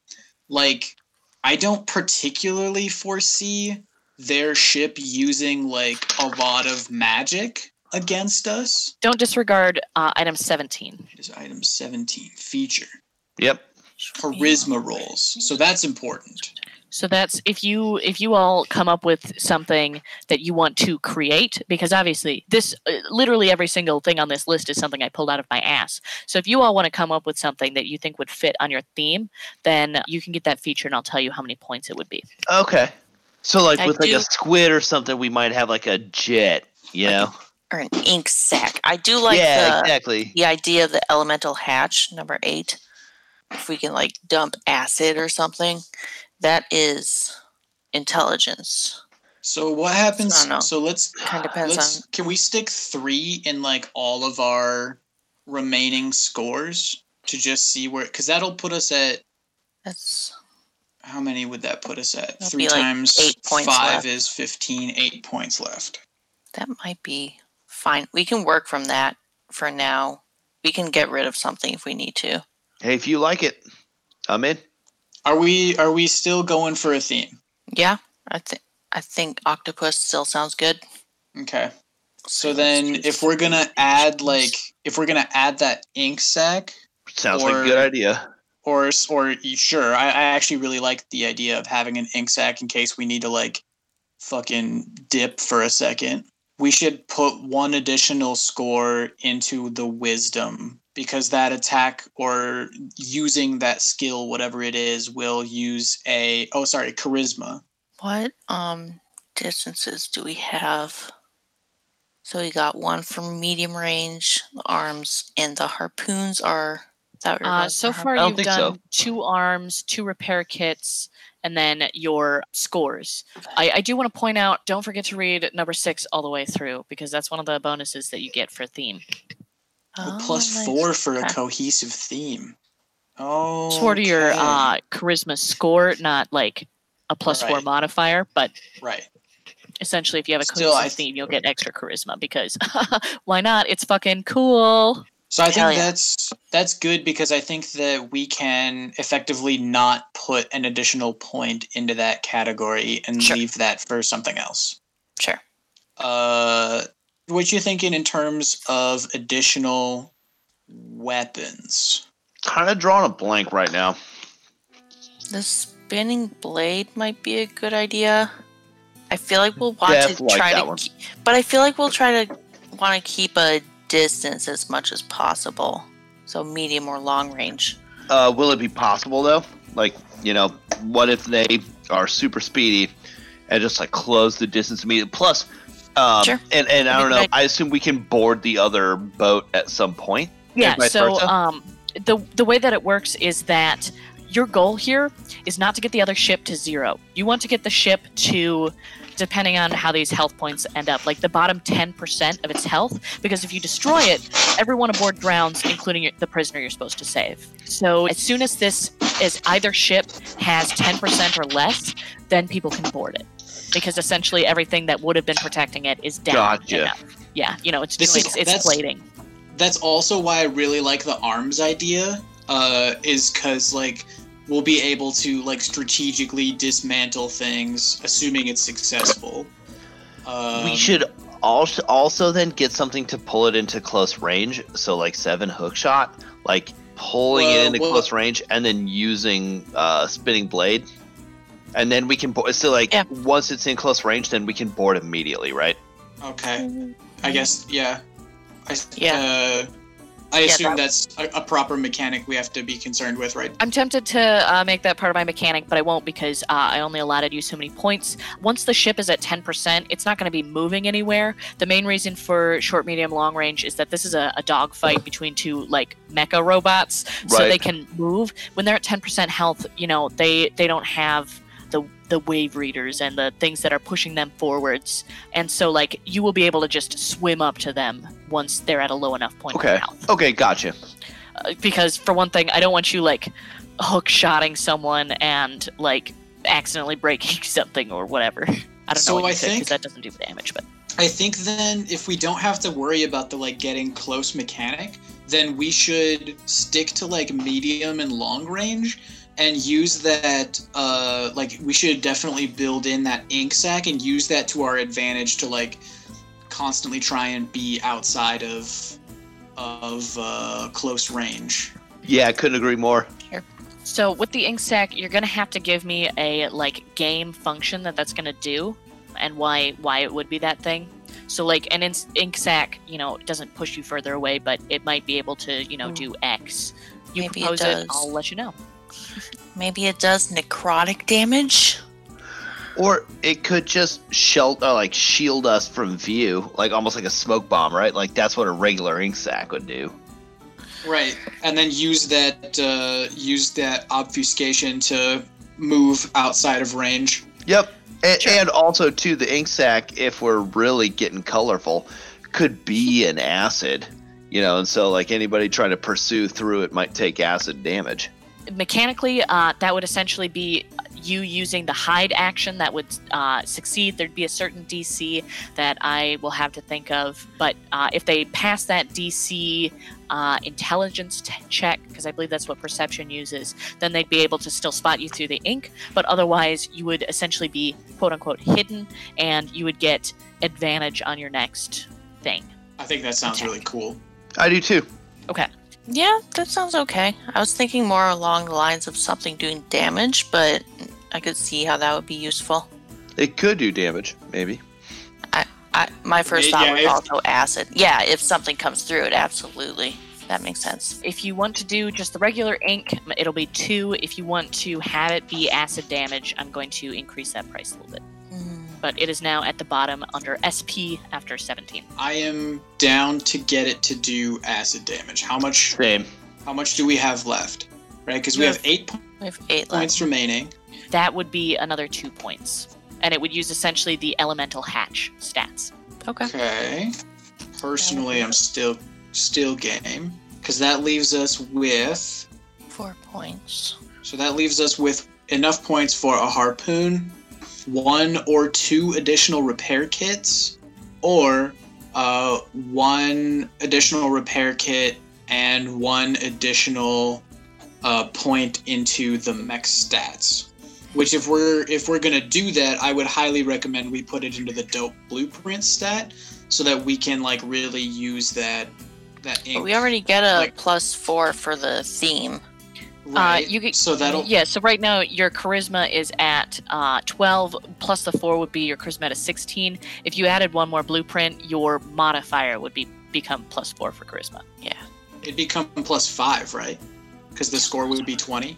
Speaker 3: Like, I don't particularly foresee their ship using like a lot of magic against us.
Speaker 1: Don't disregard uh, item 17.
Speaker 3: It is item seventeen feature
Speaker 4: Yep.
Speaker 3: charisma rolls, so that's important.
Speaker 1: So that's if you if you all come up with something that you want to create because obviously this uh, literally every single thing on this list is something I pulled out of my ass. So if you all want to come up with something that you think would fit on your theme, then you can get that feature and I'll tell you how many points it would be.
Speaker 4: Okay. So like
Speaker 1: I
Speaker 4: with like
Speaker 1: do-
Speaker 4: a squid or something, we might have like a jet. You know?
Speaker 2: or an ink sack. I do like
Speaker 4: yeah,
Speaker 2: the
Speaker 4: exactly.
Speaker 2: the idea of the elemental hatch number eight. If we can like dump acid or something, that is intelligence.
Speaker 3: So what happens?
Speaker 2: don't know.
Speaker 3: So let's
Speaker 2: Kind of depends
Speaker 3: Let's,
Speaker 2: on.
Speaker 3: can we stick three in like all of our remaining scores to just see where? Because that'll put us at
Speaker 2: That's
Speaker 3: how many would that put us at?
Speaker 2: That'll
Speaker 3: three
Speaker 2: be, like,
Speaker 3: times
Speaker 2: eight points
Speaker 3: five
Speaker 2: left.
Speaker 3: is fifteen. Eight points left.
Speaker 2: that might be fine. We can work from that for now. We can get rid of something if we need to.
Speaker 4: Hey, if you like it, I'm in.
Speaker 3: Are we are we still going for a theme?
Speaker 2: Yeah, I think I think octopus still sounds good.
Speaker 3: Okay. So then, if we're gonna add like if we're gonna add that ink sac,
Speaker 4: Sounds like a
Speaker 3: Or-
Speaker 4: good idea.
Speaker 3: or s- or you- sure, I, I actually really like the idea of having an ink sac in case we need to like fucking dip for a second. We should put one additional score into the wisdom because that attack or using that skill, whatever it is, will use a oh sorry charisma.
Speaker 2: What um distances do we have? So we got one for medium range, the arms, and the harpoons are. That we were
Speaker 1: Uh,
Speaker 2: going
Speaker 1: so
Speaker 2: for
Speaker 1: far,
Speaker 4: I don't
Speaker 1: you've
Speaker 4: think
Speaker 1: done
Speaker 4: so.
Speaker 1: two arms, two repair kits, and then your scores. I, I do want to point out don't forget to read number six all the way through because that's one of the bonuses that you get for theme.
Speaker 2: harpoon.
Speaker 3: Plus
Speaker 2: Oh, nice.
Speaker 3: four for a
Speaker 2: Okay.
Speaker 3: cohesive theme. Oh,
Speaker 1: Sort of your uh, charisma score, not like a plus four
Speaker 3: Right.
Speaker 1: modifier, but
Speaker 3: right.
Speaker 1: essentially, if you have a
Speaker 3: Still, I
Speaker 1: cohesive
Speaker 3: th-
Speaker 1: theme, you'll get extra charisma because why not? It's fucking cool.
Speaker 3: So I
Speaker 2: Hell
Speaker 3: think
Speaker 2: yeah.
Speaker 3: that's that's good because I think that we can effectively not put an additional point into that category and
Speaker 2: Sure.
Speaker 3: leave that for something else.
Speaker 2: Sure.
Speaker 3: Uh, what you thinking in terms of additional weapons?
Speaker 4: Kind of drawing a blank right now.
Speaker 2: The spinning blade might be a good idea. I feel like we'll want
Speaker 4: Def
Speaker 2: to
Speaker 4: liked
Speaker 2: try
Speaker 4: that
Speaker 2: to,
Speaker 4: one.
Speaker 2: keep, but I feel like we'll try to want to keep a distance as much as possible. So medium or long range.
Speaker 4: Uh, will it be possible though? Like, you know, what if they are super speedy and just like close the distance immediately? Plus, um,
Speaker 2: Sure.
Speaker 4: and and I
Speaker 2: That'd be
Speaker 4: don't know.
Speaker 2: great.
Speaker 4: I assume we can board the other boat at some point.
Speaker 1: Yeah.
Speaker 4: And vice
Speaker 1: So
Speaker 4: versa?
Speaker 1: um, the the way that it works is that your goal here is not to get the other ship to zero. You want to get the ship to, depending on how these health points end up, like the bottom ten percent of its health. Because if you destroy it, everyone aboard drowns, including your, the prisoner you're supposed to save. So as soon as this is either ship has ten percent or less, then people can board it. Because essentially everything that would have been protecting it is down.
Speaker 4: Gotcha.
Speaker 1: enough. Yeah, you know, it's
Speaker 3: This
Speaker 1: doing
Speaker 3: is-
Speaker 1: it's
Speaker 3: that's-
Speaker 1: plating.
Speaker 3: That's also why I really like the arms idea. Uh, is because like we'll be able to like strategically dismantle things, assuming it's successful. Um,
Speaker 4: we should also also then get something to pull it into close range. So like seven hook shot, like pulling
Speaker 3: Well,
Speaker 4: it into
Speaker 3: well-
Speaker 4: close range and then using uh, spinning blade, and then we can board. So like
Speaker 2: Yeah.
Speaker 4: once it's in close range, then we can board immediately, right?
Speaker 3: Okay. I guess yeah. I s-
Speaker 2: Mm-hmm. Yeah.
Speaker 3: Uh, I
Speaker 2: Yeah,
Speaker 3: assume that's a, a proper mechanic we have to be concerned with, right?
Speaker 1: I'm tempted to uh, make that part of my mechanic, but I won't because uh, I only allotted you so many points. Once the ship is at 10%, it's not going to be moving anywhere. The main reason for short, medium, long range is that this is a, a dogfight between two like mecha robots, so
Speaker 4: Right.
Speaker 1: they can move. When they're at 10% health, you know they they don't have the the wave readers and the things that are pushing them forwards, and so like you will be able to just swim up to them once they're at a low enough point in
Speaker 4: Okay.
Speaker 1: their health.
Speaker 4: Okay, gotcha.
Speaker 1: Uh, because for one thing, I don't want you like hook shotting someone and like accidentally breaking something or whatever. I don't
Speaker 3: So
Speaker 1: know what
Speaker 3: I
Speaker 1: you said
Speaker 3: think-
Speaker 1: because that doesn't do damage, but
Speaker 3: I think then if we don't have to worry about the like getting close mechanic, then we should stick to like medium and long range and use that uh like we should definitely build in that ink sac and use that to our advantage to like constantly try and be outside of of uh close range.
Speaker 4: Yeah, I couldn't agree more.
Speaker 1: So with the ink sac, you're gonna have to give me a like game function that that's gonna do, and why why it would be that thing. So like an in- ink sac, you know, doesn't push you further away, but it might be able to you know
Speaker 2: Hmm.
Speaker 1: do X. You
Speaker 2: Maybe it
Speaker 1: propose it,
Speaker 2: does.
Speaker 1: I'll let you know.
Speaker 2: Maybe it does necrotic damage.
Speaker 4: Or it could just shelter, like shield us from view, like almost like a smoke bomb, right? Like that's what a regular ink sac would do.
Speaker 3: Right. And then use that uh use that obfuscation to move outside of range.
Speaker 4: Yep. And, and also, too, the ink sac, if we're really getting colorful, could be an acid, you know, and so like anybody trying to pursue through it might take acid damage.
Speaker 1: Mechanically, uh, that would essentially be you using the hide action that would uh, succeed. There'd be a certain DC that I will have to think of, but uh, if they pass that DC uh, intelligence t- check, because I believe that's what perception uses, then they'd be able to still spot you through the ink. But otherwise, you would essentially be quote unquote hidden, and you would get advantage on your next thing.
Speaker 3: I think that sounds
Speaker 1: Okay.
Speaker 3: really cool.
Speaker 4: I do too.
Speaker 2: Yeah, that sounds okay. I was thinking more along the lines of something doing damage, but I could see how that would be useful.
Speaker 4: It could do damage, maybe.
Speaker 2: I, my first
Speaker 3: Yeah,
Speaker 2: thought
Speaker 3: yeah,
Speaker 2: was
Speaker 3: if-
Speaker 2: also acid. Yeah, if something comes through it, absolutely. That makes sense.
Speaker 1: If you want to do just the regular ink, it'll be two. If you want to have it be acid damage, I'm going to increase that price a little bit.
Speaker 2: Mm.
Speaker 1: But it is now at the bottom under SP after 17.
Speaker 3: I am down to get it to do acid damage. How much?
Speaker 4: Same.
Speaker 3: How much do we have left? Right, because we
Speaker 2: Yeah.
Speaker 3: have eight po-
Speaker 2: We have eight left.
Speaker 3: points remaining.
Speaker 1: That would be another two points. And it would use essentially the elemental hatch stats.
Speaker 2: Okay.
Speaker 3: Okay. Personally, I'm still still game because that leaves us with
Speaker 2: Four points.
Speaker 3: so that leaves us with enough points for a harpoon, one or two additional repair kits, or uh, one additional repair kit and one additional uh, point into the mech stats. Which, if we're if we're gonna do that, I would highly recommend we put it into the dope blueprint stat, so that we can like really use that that ink.
Speaker 2: But we already get a
Speaker 3: Like-
Speaker 2: plus four for the theme. uh,
Speaker 3: right?
Speaker 1: you get-
Speaker 3: so that'll
Speaker 1: Yeah, so right now your charisma is at uh, 12, plus the 4 would be your charisma at 16. If you added one more blueprint, your modifier would be become plus 4 for charisma.
Speaker 3: it'd become plus five, right? Because the score would be twenty.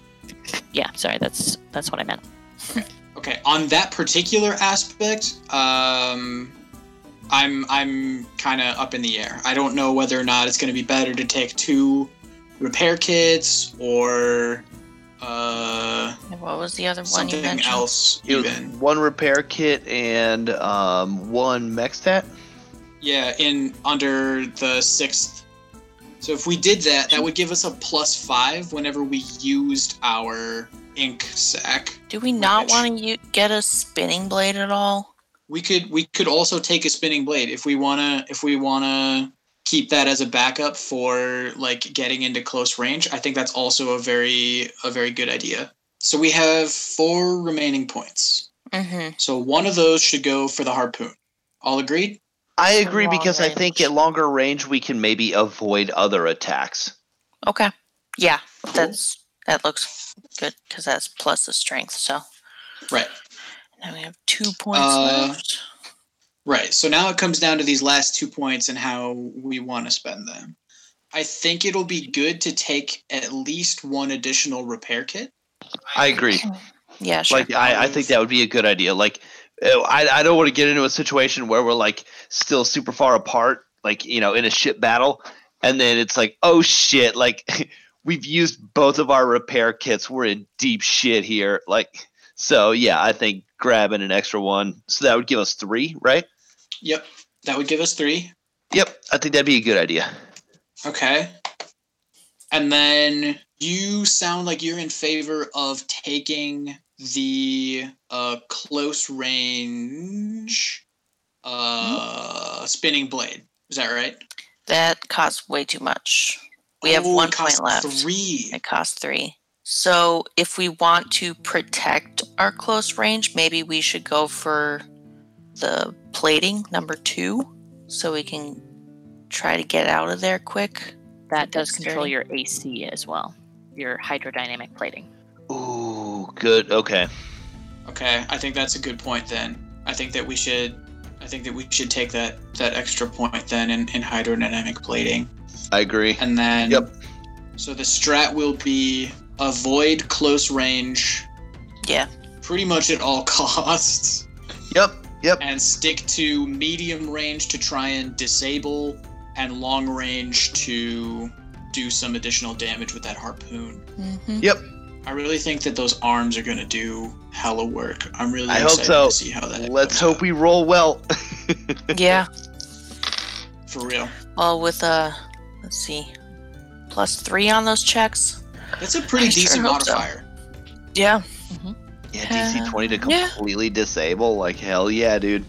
Speaker 1: Yeah, sorry, that's that's what I meant.
Speaker 3: Okay, on that particular aspect, um, I'm I'm kind of up in the air. I don't know whether or not it's going to be better to take two repair kits or uh,
Speaker 2: And what was the other one you
Speaker 3: something
Speaker 2: mentioned?
Speaker 3: else.
Speaker 4: It was
Speaker 3: even
Speaker 4: one repair kit and um, one mech stat.
Speaker 3: yeah, in under the sixth. So if we did that, that would give us a plus five whenever we used our ink sac.
Speaker 2: Do we not
Speaker 3: Which-
Speaker 2: want to get a spinning blade at all?
Speaker 3: we could we could also take a spinning blade if we wanna if we wanna keep that as a backup for like getting into close range. I think that's also a very a very good idea. So we have four remaining points.
Speaker 2: Mm-hmm.
Speaker 3: So one of those should go for the harpoon. All agreed?
Speaker 4: I
Speaker 2: For
Speaker 4: agree
Speaker 2: long
Speaker 4: because I think
Speaker 2: range.
Speaker 4: at longer range we can maybe avoid other attacks.
Speaker 2: Okay. Yeah, that's that looks good because that's plus the strength. So
Speaker 3: Right.
Speaker 2: now we have two points
Speaker 3: Uh,
Speaker 2: left.
Speaker 3: Right. So now it comes down to these last two points and how we want to spend them. I think it'll be good to take at least one additional repair kit.
Speaker 4: I agree.
Speaker 2: Yeah, sure.
Speaker 4: Like I, I think that would be a good idea. Like uh, I, I don't want to get into a situation where we're like still super far apart, like you know, in a ship battle, and then it's like, oh shit, like we've used both of our repair kits. We're in deep shit here. Like so, yeah, I think grabbing an extra one so that would give us three, right?
Speaker 3: Yep. That would give us three.
Speaker 4: Yep. I think that'd be a good idea.
Speaker 3: Okay. And then you sound like you're in favor of taking the uh, close range uh, spinning blade. Is that right?
Speaker 2: That costs way too much. We have
Speaker 3: Oh, it
Speaker 2: one
Speaker 3: costs
Speaker 2: point left.
Speaker 3: Three.
Speaker 2: It costs three. So if we want to protect our close range, maybe we should go for the plating number two so we can try to get out of there quick.
Speaker 1: That does
Speaker 2: Dexterity.
Speaker 1: control your AC as well, your hydrodynamic plating.
Speaker 4: Ooh, good. Okay.
Speaker 3: Okay, I think that's a good point then. I think that we should I think that we should take that that extra point then in, in hydrodynamic plating.
Speaker 4: I agree.
Speaker 3: And then
Speaker 4: Yep.
Speaker 3: So the strat will be avoid close range
Speaker 2: Yeah.
Speaker 3: pretty much at all costs
Speaker 4: Yep. Yep.
Speaker 3: and stick to medium range to try and disable and long range to do some additional damage with that harpoon.
Speaker 2: Mm-hmm.
Speaker 3: I really think that those arms are going to do hella work. I'm really
Speaker 4: I hope
Speaker 3: excited
Speaker 4: so.
Speaker 3: to see how that comes
Speaker 4: Let's hope
Speaker 3: out.
Speaker 4: we roll well.
Speaker 2: Yeah.
Speaker 3: for real.
Speaker 2: Well, with uh, let's see, plus three on those checks.
Speaker 3: That's a pretty
Speaker 2: I sure
Speaker 3: decent
Speaker 2: hope so.
Speaker 3: modifier.
Speaker 2: Yeah.
Speaker 4: Yeah, DC 20 to
Speaker 2: Uh, yeah.
Speaker 4: completely disable. Like, hell yeah, dude.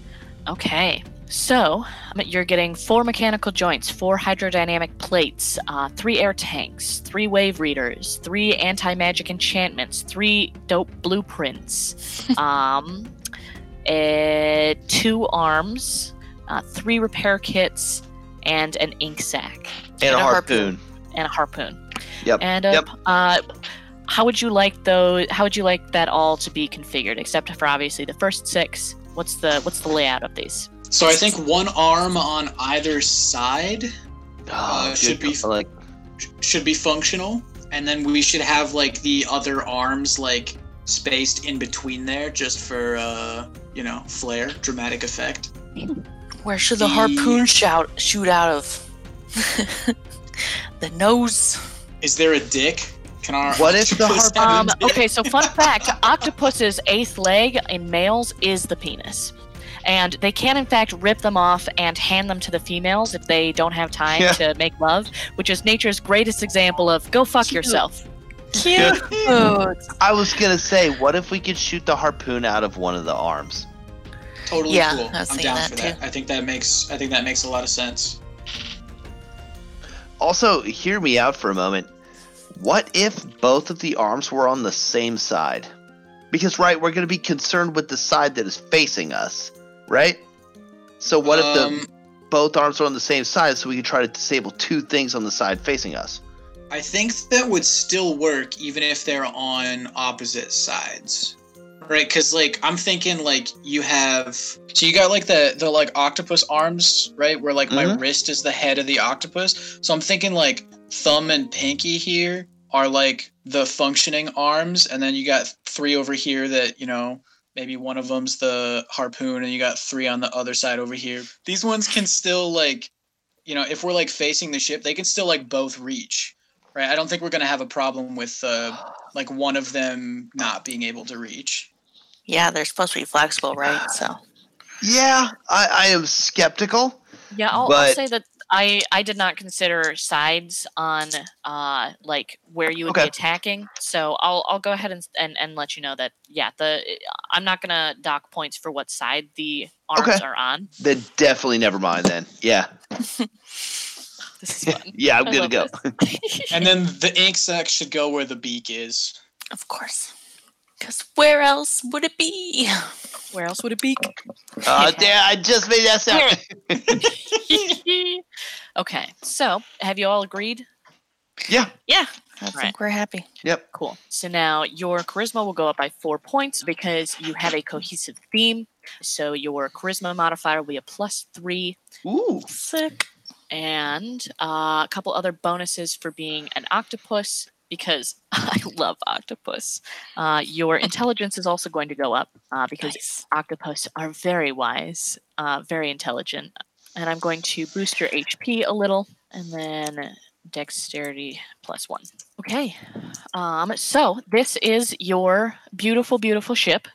Speaker 1: Okay. So um, you're getting four mechanical joints, four hydrodynamic plates, uh, three air tanks, three wave readers, three anti magic enchantments, three dope blueprints, um, eh, two arms, uh, three repair kits, and an ink sack
Speaker 4: And a
Speaker 2: a
Speaker 4: harpoon.
Speaker 2: harpoon.
Speaker 1: and a harpoon.
Speaker 4: Yep,
Speaker 1: And a,
Speaker 4: yep.
Speaker 1: uh, how would you like those? How would you like that all to be configured? Except for obviously the first six. What's the what's the layout of these?
Speaker 3: So I think one arm on either side
Speaker 4: Oh,
Speaker 3: Uh, should
Speaker 4: good-
Speaker 3: be-
Speaker 4: like,
Speaker 3: sh- should be functional, and then we should have like the other arms like spaced in between there, just for uh, you know flair, dramatic effect.
Speaker 2: Where should the
Speaker 3: The-
Speaker 2: harpoon shout shoot out of? the nose.
Speaker 3: Is there a dick? Can our
Speaker 4: What if the
Speaker 3: octopus
Speaker 4: harp-
Speaker 3: have
Speaker 1: Um,
Speaker 3: a dick?
Speaker 1: okay, so fun fact octopus's eighth leg in males is the penis. And they can, in fact, rip them off and hand them to the females if they don't have time
Speaker 4: Yeah.
Speaker 1: to make love, which is nature's greatest example of go fuck yourself.
Speaker 2: Cute.
Speaker 4: I was gonna say, what if we could shoot the harpoon out of one of the arms?
Speaker 3: totally
Speaker 2: Um, oh, Yeah,
Speaker 3: cool.
Speaker 2: I was
Speaker 3: I'm
Speaker 2: thinking
Speaker 3: down
Speaker 2: that
Speaker 3: for that. I think that makes I think that makes a lot of sense.
Speaker 4: Also, hear me out for a moment. What if both of the arms were on the same side? Because, right, we're going to be concerned with the side that is facing us, right? So, what if
Speaker 3: Um,
Speaker 4: the both arms are on the same side so we can try to disable two things on the side facing us?
Speaker 3: I think that would still work even if they're on opposite sides. Right, because like I'm thinking, like you have, so you got like the the like octopus arms, right? Where like my
Speaker 4: Mhm.
Speaker 3: wrist is the head of the octopus. So I'm thinking like thumb and pinky here are like the functioning arms, and then you got three over here that you know maybe one of them's the harpoon, and you got three on the other side over here. These ones can still like, you know, if we're like facing the ship, they can still like both reach right? I don't think we're gonna have a problem with uh, like one of them not being able to reach.
Speaker 2: Yeah, they're supposed to be flexible, right? So
Speaker 4: Yeah, I, I am skeptical.
Speaker 1: Yeah, I'll, I'll
Speaker 4: But-
Speaker 1: say that I, I did not consider sides on uh, like where you would
Speaker 4: Okay.
Speaker 1: be attacking. So I'll, I'll go ahead and, and, and let you know that, yeah, the I'm not going to dock points for what side the arms
Speaker 4: Okay.
Speaker 1: are on.
Speaker 4: Then definitely never mind, then. Yeah,
Speaker 1: This is fun.
Speaker 4: yeah, I'm
Speaker 1: I
Speaker 4: going to
Speaker 1: love
Speaker 4: go.
Speaker 1: this.
Speaker 3: And then the ink sac should go where the beak is.
Speaker 2: Of course. Because where else would it be?
Speaker 1: Where else would it be?
Speaker 4: Uh, damn, I just made that sound.
Speaker 1: okay, so have you all agreed?
Speaker 4: yeah,
Speaker 1: Yeah.
Speaker 2: I think
Speaker 1: Right.
Speaker 2: we're happy.
Speaker 4: yep.
Speaker 1: Cool. So now your charisma will go up by four points because you have a cohesive theme. So your charisma modifier will be a plus three.
Speaker 4: Ooh.
Speaker 1: Sick. And uh, a couple other bonuses for being an octopus because I love octopus. Uh, your intelligence is also going to go up uh, because octopus are very wise, uh, very intelligent. And I'm going to boost your HP a little and then dexterity plus one. Okay. Um, so this is your beautiful, beautiful ship.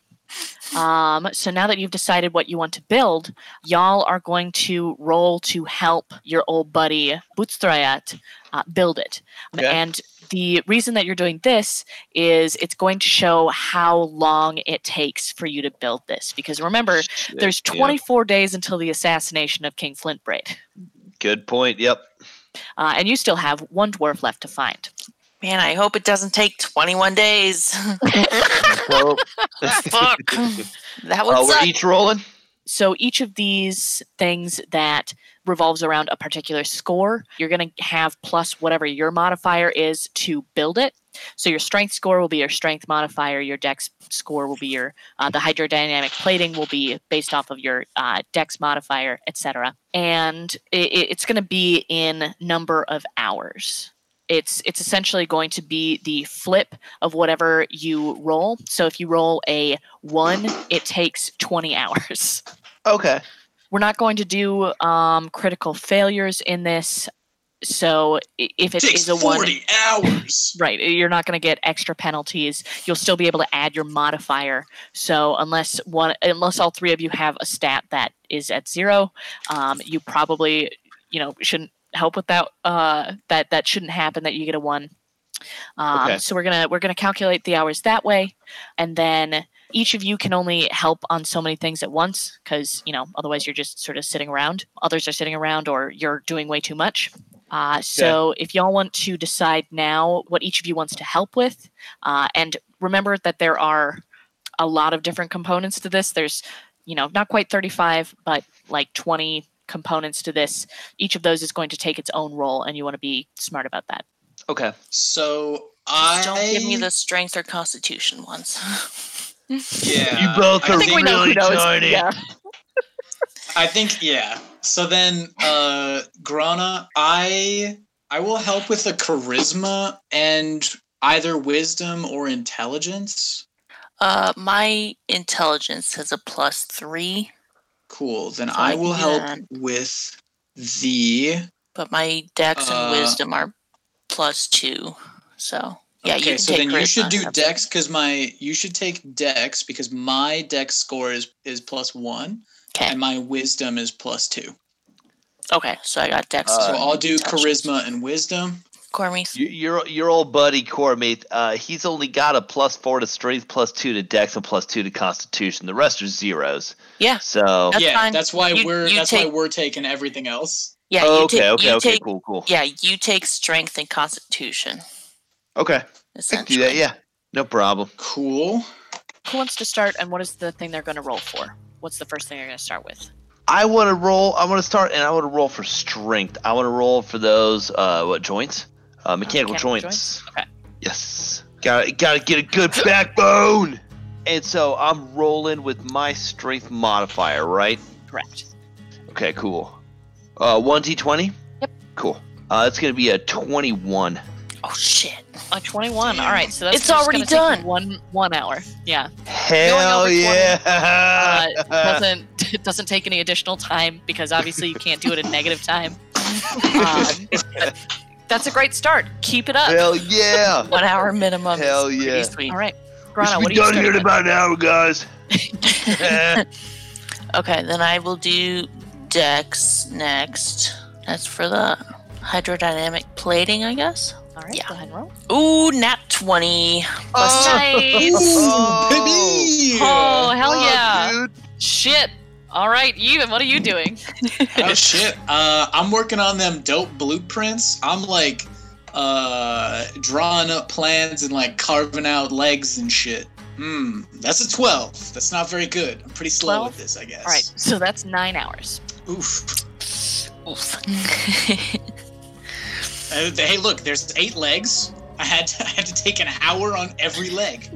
Speaker 1: Um, so now that you've decided what you want to build, y'all are going to roll to help your old buddy Bootstrayat uh, build it.
Speaker 4: Okay.
Speaker 1: And the reason that you're doing this is it's going to show how long it takes for you to build this. Because remember,
Speaker 4: Shit,
Speaker 1: there's
Speaker 4: yeah.
Speaker 1: 24 days until the assassination of King Flintbraid,
Speaker 4: Good point. Yep.
Speaker 1: uh, and you still have one dwarf left to find.
Speaker 2: Man, I hope it doesn't take 21 days.
Speaker 4: So,
Speaker 2: Fuck. That would
Speaker 4: uh, we're
Speaker 2: suck.
Speaker 4: each rolling.
Speaker 1: so each of these things that revolves around a particular score you're going to have plus whatever your modifier is to build it so your strength score will be your strength modifier your dex score will be your uh, the hydrodynamic plating will be based off of your uh, dex modifier etc and it, it's going to be in number of hours it's it's essentially going to be the flip of whatever you roll so if you roll a one it takes 20 hours
Speaker 4: Okay.
Speaker 1: we're not going to do um, critical failures in this. So i- if it
Speaker 3: takes
Speaker 1: is a one,
Speaker 3: 40 hours.
Speaker 1: right, you're not going to get extra penalties. You'll still be able to add your modifier. So unless one, unless all three of you have a stat that is at zero, um, you probably, you know, shouldn't help with that. Uh, that that shouldn't happen. That you get a one. Um,
Speaker 4: Okay.
Speaker 1: So we're gonna we're gonna calculate the hours that way, and then each of you can only help on so many things at once because you know otherwise you're just sort of sitting around. Others are sitting around, or you're doing way too much. Uh, so if y'all want to decide now what each of you wants to help with, uh, and remember that there are a lot of different components to this. There's you know not quite 35, but like 20 components to this. Each of those is going to take its own role, and you want to be smart about that.
Speaker 4: Okay.
Speaker 3: So I
Speaker 2: Just Don't give me the strength or constitution ones.
Speaker 3: Yeah,
Speaker 4: you both
Speaker 3: I
Speaker 4: are
Speaker 3: think
Speaker 1: we
Speaker 4: really
Speaker 1: know who knows.
Speaker 4: tiny.
Speaker 1: Yeah.
Speaker 3: I think yeah. So then, uh, Grana, I I will help with the charisma and either wisdom or intelligence.
Speaker 2: Uh, my intelligence has a plus three,
Speaker 3: Cool. Then
Speaker 2: So I
Speaker 3: I
Speaker 2: can
Speaker 3: will
Speaker 2: do
Speaker 3: help
Speaker 2: that.
Speaker 3: with the.
Speaker 2: but my dex
Speaker 3: Uh,
Speaker 2: and wisdom are plus two. So yeah, you
Speaker 3: okay,
Speaker 2: can
Speaker 3: so
Speaker 2: take
Speaker 3: then you should
Speaker 2: charisma,
Speaker 3: do
Speaker 2: that's it.
Speaker 3: dex because my you should take dex because my dex score is is plus one
Speaker 2: Okay.
Speaker 3: and my wisdom is plus two.
Speaker 2: Okay, so I got dex.
Speaker 4: Uh,
Speaker 3: So
Speaker 2: and
Speaker 3: I'll do
Speaker 2: intelligence.
Speaker 3: charisma and wisdom.
Speaker 2: Cormie,
Speaker 4: Y- Your your old buddy Cormate, uh, he's only got a plus four to strength, plus two to dex, and plus two to constitution. The rest are zeros.
Speaker 2: Yeah.
Speaker 4: So
Speaker 2: That's
Speaker 3: yeah,
Speaker 2: fine.
Speaker 3: that's why
Speaker 2: You-
Speaker 3: we're
Speaker 2: you
Speaker 3: that's why
Speaker 2: take-
Speaker 3: we're taking everything else.
Speaker 2: Yeah, you
Speaker 4: okay,
Speaker 2: take,
Speaker 4: okay,
Speaker 2: you
Speaker 4: okay,
Speaker 2: take,
Speaker 4: cool, cool.
Speaker 2: Yeah, you take strength and constitution.
Speaker 4: Okay. I can
Speaker 2: Essentially.
Speaker 4: do that, yeah. No problem.
Speaker 3: Cool.
Speaker 1: Who wants to start and what is the thing they're going to roll for? What's the first thing they're going to start with?
Speaker 4: I want to roll. I want to start, and I want to roll for strength. I want to roll for those uh, what joints? Uh, mechanical,
Speaker 1: mechanical
Speaker 4: joints.
Speaker 1: joints? Okay.
Speaker 4: Yes. Got got to get a good backbone. And so I'm rolling with my strength modifier, right?
Speaker 1: Correct.
Speaker 4: Okay, cool. Uh, one d twenty.
Speaker 1: Yep.
Speaker 4: Cool. Uh, it's gonna be a twenty-one.
Speaker 2: Oh shit.
Speaker 1: A 21.
Speaker 3: Damn.
Speaker 1: All right, so that's
Speaker 2: It's
Speaker 1: just gonna
Speaker 2: already
Speaker 1: take you
Speaker 2: done.
Speaker 1: One one hour. Yeah.
Speaker 4: Hell
Speaker 1: over Uh, 20,
Speaker 4: yeah!
Speaker 1: doesn't it doesn't take any additional time because obviously you can't do it in negative time. Um, that's a great start. Keep it up.
Speaker 4: Hell yeah!
Speaker 2: One hour minimum. is
Speaker 4: Hell
Speaker 2: pretty
Speaker 4: yeah.
Speaker 2: sweet.
Speaker 1: All right,
Speaker 4: We
Speaker 1: Grana,
Speaker 4: should
Speaker 1: what
Speaker 4: be
Speaker 1: are you
Speaker 4: done
Speaker 1: starting
Speaker 4: here in
Speaker 1: with?
Speaker 4: about an hour, guys.
Speaker 2: Okay, then I will do Dex next. That's for the hydrodynamic plating, I guess.
Speaker 1: All right,
Speaker 2: Yeah.
Speaker 1: go ahead and roll.
Speaker 2: Ooh, nat 20. Plus
Speaker 4: Oh.
Speaker 1: Nice.
Speaker 4: Oh.
Speaker 3: baby!
Speaker 1: Oh, hell
Speaker 4: Fuck,
Speaker 1: yeah.
Speaker 4: dude.
Speaker 1: Shit. All right, Even, what are you doing?
Speaker 3: oh shit uh, i'm working on them dope blueprints i'm like uh drawing up plans and like carving out legs and shit hmm that's a 12 that's not very good i'm pretty slow
Speaker 1: 12?
Speaker 3: with this i guess
Speaker 1: All right, so that's nine hours.
Speaker 3: oof
Speaker 2: Oof.
Speaker 3: Uh, th- hey look there's eight legs i had to, i had to take an hour on every leg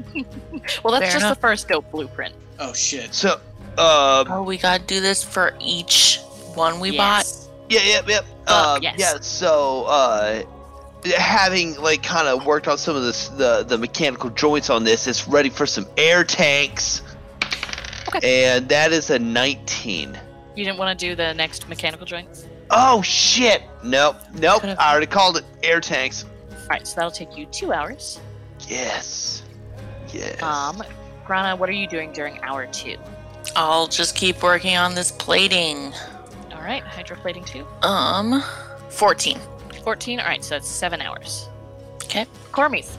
Speaker 1: Well, that's
Speaker 2: Fair
Speaker 1: just
Speaker 2: enough.
Speaker 1: the first dope blueprint.
Speaker 3: oh shit
Speaker 4: So, uh,
Speaker 2: oh, we gotta do this for each one we
Speaker 1: Yes.
Speaker 4: Yeah, yep, yep.
Speaker 1: Fuck,
Speaker 4: um,
Speaker 1: yes.
Speaker 4: Yeah, so uh, having like kind of worked on some of this, the the mechanical joints on this, it's ready for some air tanks. And that is a 19.
Speaker 1: You didn't want to do the next mechanical joint?
Speaker 4: Oh shit! Nope, nope.
Speaker 2: Could've-
Speaker 4: I already called it air tanks.
Speaker 1: All right, so that'll take you two hours.
Speaker 4: Yes. Yes.
Speaker 1: Um, Grana, what are you doing during hour two?
Speaker 2: I'll just keep working on this plating.
Speaker 1: All right, hydroplating two.
Speaker 2: Um, 14.
Speaker 1: 14. All right, so that's seven hours.
Speaker 2: Okay.
Speaker 1: Cormith,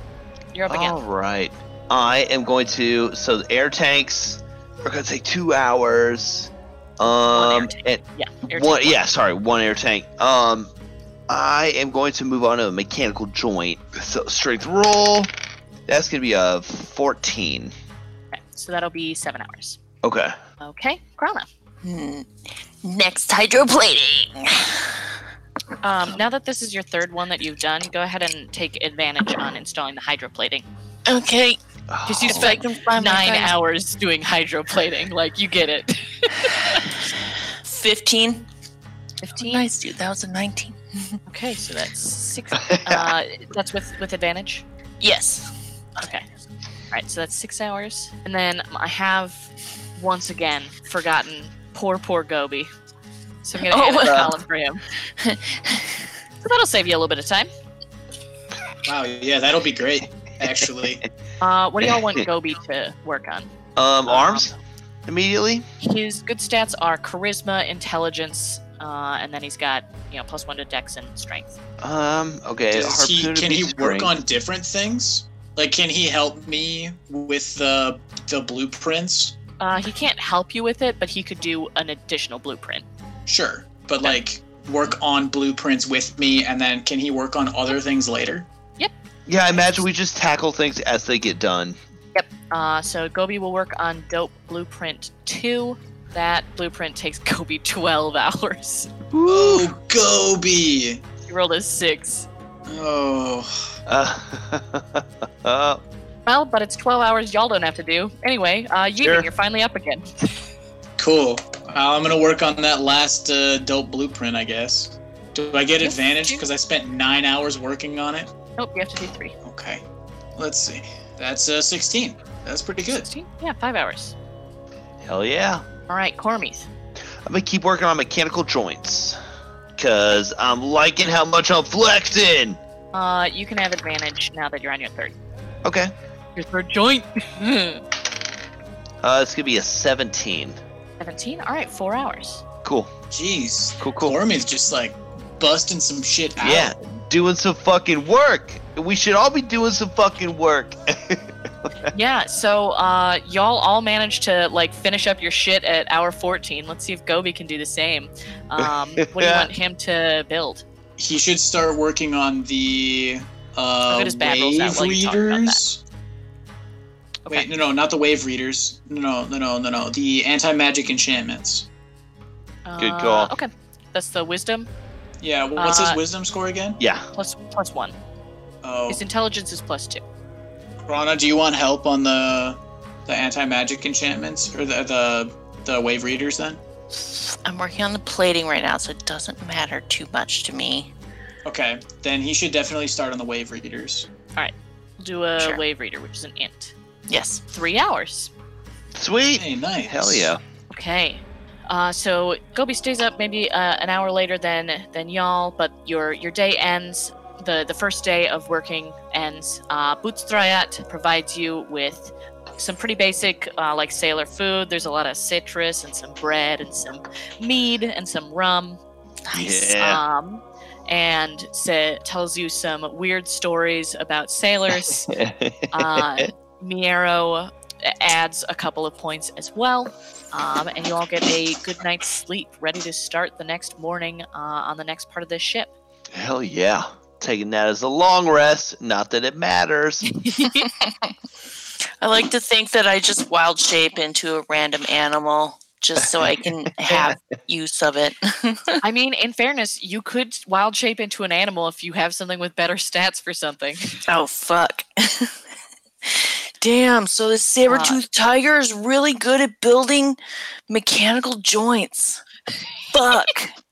Speaker 1: you're up
Speaker 4: All
Speaker 1: again.
Speaker 4: right. I am going to. So the air tanks are going to take two hours.
Speaker 1: air
Speaker 4: Um,
Speaker 1: tank.
Speaker 4: and
Speaker 1: Yeah. air
Speaker 4: one,
Speaker 1: tank
Speaker 4: yeah, sorry, one air tank. Um, I am going to move on to a mechanical joint. So strength roll. That's going to be a 14.
Speaker 1: Okay, so that'll be seven hours.
Speaker 4: Okay.
Speaker 1: Okay, Grana.
Speaker 2: Hmm. Next hydroplating.
Speaker 1: Um, now that this is your third one that you've done, go ayded and take advantage on installing the hydroplating.
Speaker 2: Okay.
Speaker 1: Because you
Speaker 4: Oh,
Speaker 1: spent
Speaker 2: find my
Speaker 1: nine
Speaker 2: friends.
Speaker 1: hours doing hydroplating. Like, you get it.
Speaker 2: 15.
Speaker 1: 15.
Speaker 2: Oh, Nice, dude. That was a 19.
Speaker 1: Okay, so that's six. Uh, that's with, with advantage?
Speaker 2: Yes.
Speaker 1: Okay. All right, so that's six hours. And then I have, once again, forgotten poor, poor Gobi. So I'm going to
Speaker 2: Oh,
Speaker 1: add a
Speaker 4: well.
Speaker 1: column for him. so that'll save you a little bit of time.
Speaker 3: Wow, yeah, that'll be great, actually.
Speaker 1: Uh, what do y'all want Gobi to work on? uh,
Speaker 4: um, arms immediately.
Speaker 1: His good stats are charisma, intelligence, uh, and then he's got you know plus one to dex and strength.
Speaker 4: Um, okay.
Speaker 3: Does he,
Speaker 4: harpoon would
Speaker 3: can
Speaker 4: be
Speaker 3: he work
Speaker 4: strength.
Speaker 3: on different things? Like, can he help me with the the blueprints?
Speaker 1: Uh, he can't help you with it, but he could do an additional blueprint.
Speaker 3: Sure, but like work on blueprints with me, and then can he work on other things later?
Speaker 4: Yeah, I imagine we just tackle things as they get done.
Speaker 1: Uh, so Gobi will work on dope blueprint two. That blueprint takes Gobi twelve hours.
Speaker 3: Oh, Gobi!
Speaker 1: He rolled a six.
Speaker 3: Oh,
Speaker 4: Uh,
Speaker 1: Well, but it's twelve hours y'all don't have to do anyway. Uh, Yiming,
Speaker 4: Sure.
Speaker 1: you're finally up again.
Speaker 3: cool. Uh, I'm gonna work on that last uh, dope blueprint, I guess. Do I get advantage because I spent nine hours working on it?
Speaker 1: Nope, you have to do three.
Speaker 3: Okay, let's see. That's uh, 16. That's pretty good.
Speaker 1: Sixteen? Yeah, five hours.
Speaker 4: hell yeah.
Speaker 1: All right, Cormies.
Speaker 4: I'm gonna keep working on mechanical joints. Cause I'm liking how much I'm flexing.
Speaker 1: Uh, you can have advantage now that you're on your third.
Speaker 4: Okay.
Speaker 1: Your third joint.
Speaker 4: Uh, it's gonna be a 17.
Speaker 1: 17? All right, four hours.
Speaker 4: Cool.
Speaker 3: Jeez,
Speaker 4: Cool. Cool.
Speaker 3: Gorman's just like busting some shit out.
Speaker 4: Yeah. Doing some fucking work. We should all be doing some fucking work.
Speaker 1: yeah, so uh, y'all all managed to like finish up your shit at hour 14. Let's see if Gobi can do the same. Um, what do you
Speaker 4: Yeah.
Speaker 1: want him to build?
Speaker 3: He should start working on the uh,
Speaker 1: Look at his bad rolls out
Speaker 3: wave
Speaker 1: while you talk about
Speaker 3: readers.
Speaker 1: Okay.
Speaker 3: Wait, no, no, not the wave readers. No, no, no, no, no. The anti magic enchantments.
Speaker 4: Good
Speaker 1: Uh,
Speaker 4: call.
Speaker 1: Okay, that's the wisdom
Speaker 3: Yeah, well, what's
Speaker 1: Uh,
Speaker 3: his wisdom score again?
Speaker 4: yeah.
Speaker 1: plus plus one.
Speaker 3: Oh,
Speaker 1: His intelligence is plus two.
Speaker 3: Rana, do you want help on the the anti magic enchantments or the the the wave readers then?
Speaker 2: I'm working on the plating right now, so it doesn't matter too much to me.
Speaker 3: Okay, then he should definitely start on the wave readers.
Speaker 1: Do a
Speaker 2: Sure.
Speaker 1: wave reader, which is an int.
Speaker 2: Yes.
Speaker 1: Three hours.
Speaker 4: Sweet.
Speaker 3: Hey, nice.
Speaker 4: Hell yeah.
Speaker 1: Okay. Uh, so Gobi stays up maybe uh, an hour later than than y'all, but your your day ends. the The first day of working ends. Uh, Boots Thrayat provides you with some pretty basic uh, like sailor food. There's a lot of citrus and some bread and some mead and some rum.
Speaker 2: Nice.
Speaker 4: Yeah.
Speaker 1: Um, and sa- tells you some weird stories about sailors. uh, Miero adds a couple of points as well. Um, and you all get a good night's sleep, ready to start the next morning uh, on the next part of this ship.
Speaker 4: hell yeah. Taking that as a long rest. Not that it matters.
Speaker 2: I like to think that I just wild shape into a random animal just so I can have use of it.
Speaker 1: I mean, in fairness, you could wild shape into an animal if you have something with better stats for something.
Speaker 2: oh, fuck. Damn, so the saber toothed tiger is really good at building mechanical joints. Fuck.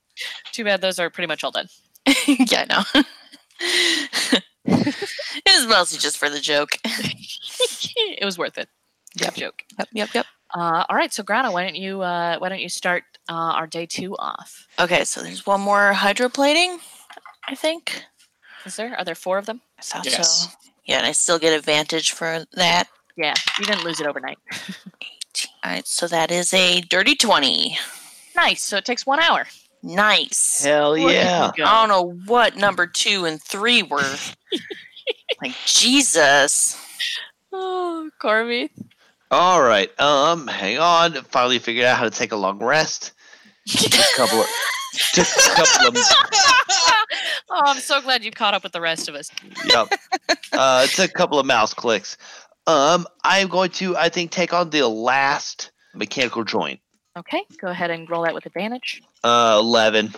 Speaker 1: Too bad those are pretty much all done.
Speaker 2: yeah, I know. it was mostly just for the joke.
Speaker 1: it was worth it. Good
Speaker 2: Yep.
Speaker 1: joke.
Speaker 2: Yep, yep, yep.
Speaker 1: Uh, all right, so Grana, why don't you uh, why don't you start uh, our day two off?
Speaker 2: Okay, so there's one more hydroplating, I think.
Speaker 1: Is there? Are there four of them?
Speaker 2: I thought
Speaker 3: Yes.
Speaker 2: so. Yeah, and I still get advantage for that.
Speaker 1: Yeah, you didn't lose it overnight.
Speaker 2: All right, so that is a dirty 20.
Speaker 1: Nice. So it takes one hour.
Speaker 2: Nice.
Speaker 4: Hell
Speaker 1: Where did
Speaker 4: yeah.
Speaker 1: you go?
Speaker 2: I don't know what number two and three were. like, Jesus.
Speaker 1: Oh, Corby.
Speaker 4: All right. Um, hang on. Finally figured out how to take a long rest. Just a couple of, just a couple of,
Speaker 1: Oh, I'm so glad you caught up with the rest of us.
Speaker 4: yep. Uh, it's a couple of mouse clicks. Um, I'm going to, I think, take on the last mechanical joint.
Speaker 1: Okay, go ahead and roll that with advantage.
Speaker 4: Uh, eleven.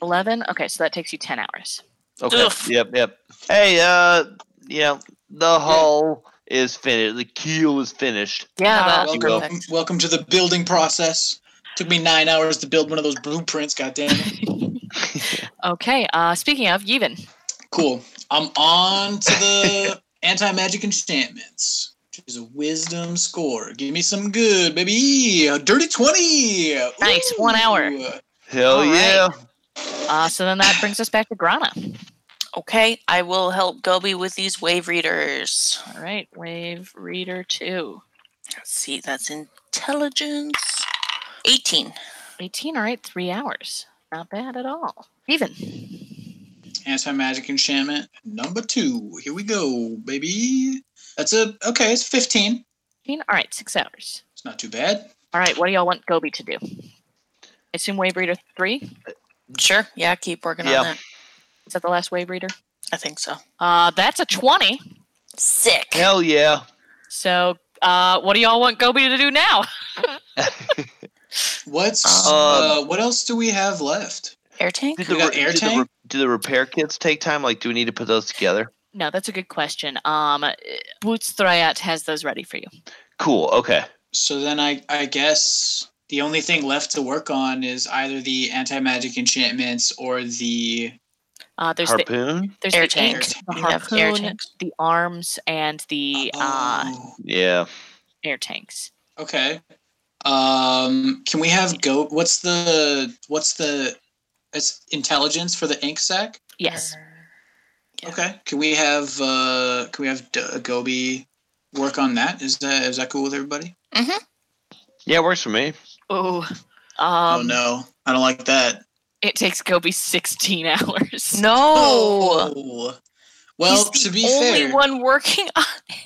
Speaker 1: 11. Okay, so that takes you 10 hours.
Speaker 4: Okay.
Speaker 2: Ugh.
Speaker 4: Yep. Yep. Hey. Uh. Yeah. The hull is finished. The keel is finished.
Speaker 1: Yeah,
Speaker 2: Ah,
Speaker 1: but-
Speaker 2: you
Speaker 3: welcome,
Speaker 2: will.
Speaker 3: welcome to the building process. Took me nine hours to build one of those blueprints. Goddamn. it.
Speaker 1: okay. Uh, speaking of, Yevon.
Speaker 3: Cool. I'm on to the anti magic enchantments. Which is a wisdom score. Give me some good, baby. A dirty twenty.
Speaker 1: Nice, one hour. All
Speaker 4: Hell
Speaker 1: right.
Speaker 4: yeah.
Speaker 1: Uh, so then that brings us back to Grana.
Speaker 2: Okay, I will help Gobi with these wave readers.
Speaker 1: All right, Wave Reader 2.
Speaker 2: Let's see, that's intelligence. 18.
Speaker 1: 18, all right, three hours. Not bad at all. Yevon.
Speaker 3: Anti magic enchantment number two. Here we go, baby. That's a okay. It's fifteen.
Speaker 1: 18, all right, six hours.
Speaker 3: It's not too bad.
Speaker 1: All right, what do y'all want Gobi to do? I assume Wave Reader 3?
Speaker 2: Sure. Yeah, keep working
Speaker 4: Yeah.
Speaker 2: on that.
Speaker 1: Is that the last Wave Reader?
Speaker 2: I think so.
Speaker 1: Uh, that's a 20.
Speaker 2: Sick.
Speaker 4: Hell yeah.
Speaker 1: So, uh, what do y'all want Gobi to do now?
Speaker 3: What's
Speaker 2: Um,
Speaker 3: uh, what else do we have left?
Speaker 2: Air tank?
Speaker 4: Do
Speaker 3: We got
Speaker 4: re-
Speaker 3: air
Speaker 4: do the,
Speaker 3: tank?
Speaker 4: do the repair kits take time? Like, do we need to put those together?
Speaker 1: No, that's a good question. Um, Boots Thryat has those ready for you.
Speaker 4: Cool. Okay.
Speaker 3: So then I I guess the only thing left to work on is either the anti magic enchantments or the
Speaker 1: Uh, there's the
Speaker 4: Harpoon.
Speaker 1: there's
Speaker 2: Air
Speaker 1: the
Speaker 2: tank.
Speaker 1: ink, the
Speaker 2: We have air
Speaker 1: harpoon,
Speaker 2: tanks.
Speaker 1: the arms, and the uh,
Speaker 3: Oh,
Speaker 4: yeah.
Speaker 1: air tanks.
Speaker 3: okay. Um, can we have go? What's the what's the it's intelligence for the ink sac?
Speaker 1: Yes.
Speaker 2: Yeah.
Speaker 3: Okay. Can we have uh can we have D- Gobi work on that? Is that is that cool with everybody?
Speaker 4: Yeah, it works for me.
Speaker 1: Oh, um,
Speaker 3: oh no, I don't like that.
Speaker 1: it takes Gobi 16 hours.
Speaker 2: No.
Speaker 3: Oh. Well,
Speaker 2: He's the
Speaker 3: to be
Speaker 2: only
Speaker 3: fair,
Speaker 2: one working on it.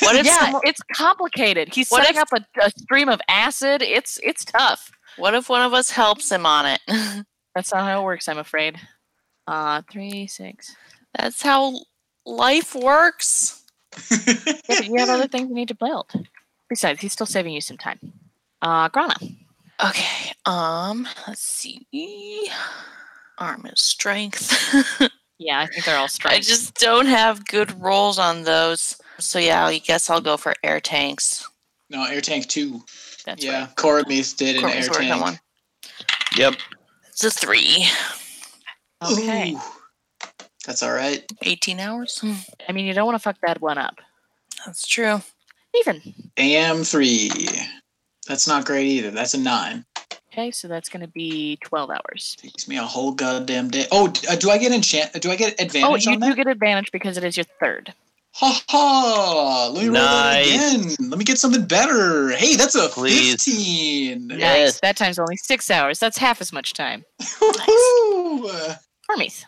Speaker 2: What if
Speaker 1: yeah,
Speaker 2: someone-
Speaker 1: it's complicated. He's
Speaker 2: What
Speaker 1: setting
Speaker 2: if-
Speaker 1: up a, a stream of acid. It's it's tough.
Speaker 2: What if one of us helps him on it?
Speaker 1: That's not how it works, I'm afraid. Uh, three, six.
Speaker 2: That's how life works.
Speaker 1: Yeah, but you have other things you need to build. Besides, he's still saving you some time. Uh, Grana.
Speaker 2: Okay. Um, let's see. Arm is strength.
Speaker 1: Yeah, I think they're all strong.
Speaker 2: I just don't have good rolls on those. So yeah, I guess I'll go for air tanks.
Speaker 3: no air tank two.
Speaker 1: That's
Speaker 3: yeah,
Speaker 1: right.
Speaker 3: Coromith did an
Speaker 2: Courtney's
Speaker 3: air
Speaker 2: working on
Speaker 3: tank.
Speaker 2: one.
Speaker 4: Yep.
Speaker 2: It's a three.
Speaker 1: Okay.
Speaker 3: Ooh. That's all right.
Speaker 2: 18 hours. Hmm,
Speaker 1: I mean, you don't want to fuck that one up.
Speaker 2: That's true.
Speaker 1: Even.
Speaker 3: AM three. That's not great either. That's a nine.
Speaker 1: Okay, so that's going to be 12 hours.
Speaker 3: Takes me a whole goddamn day. Oh, d- uh, do I get enchant? Do I get
Speaker 1: Oh,
Speaker 3: advantage
Speaker 1: you
Speaker 3: on
Speaker 1: do
Speaker 3: that?
Speaker 1: get advantage because it is your third.
Speaker 3: Ha ha! Let me roll that
Speaker 4: Nice.
Speaker 3: again. Let me get something better. Hey, that's a
Speaker 4: Please.
Speaker 3: fifteen.
Speaker 4: Yes.
Speaker 1: That time's only six hours. That's half as much time.
Speaker 3: Woo-hoo! Uh,
Speaker 1: Hermes.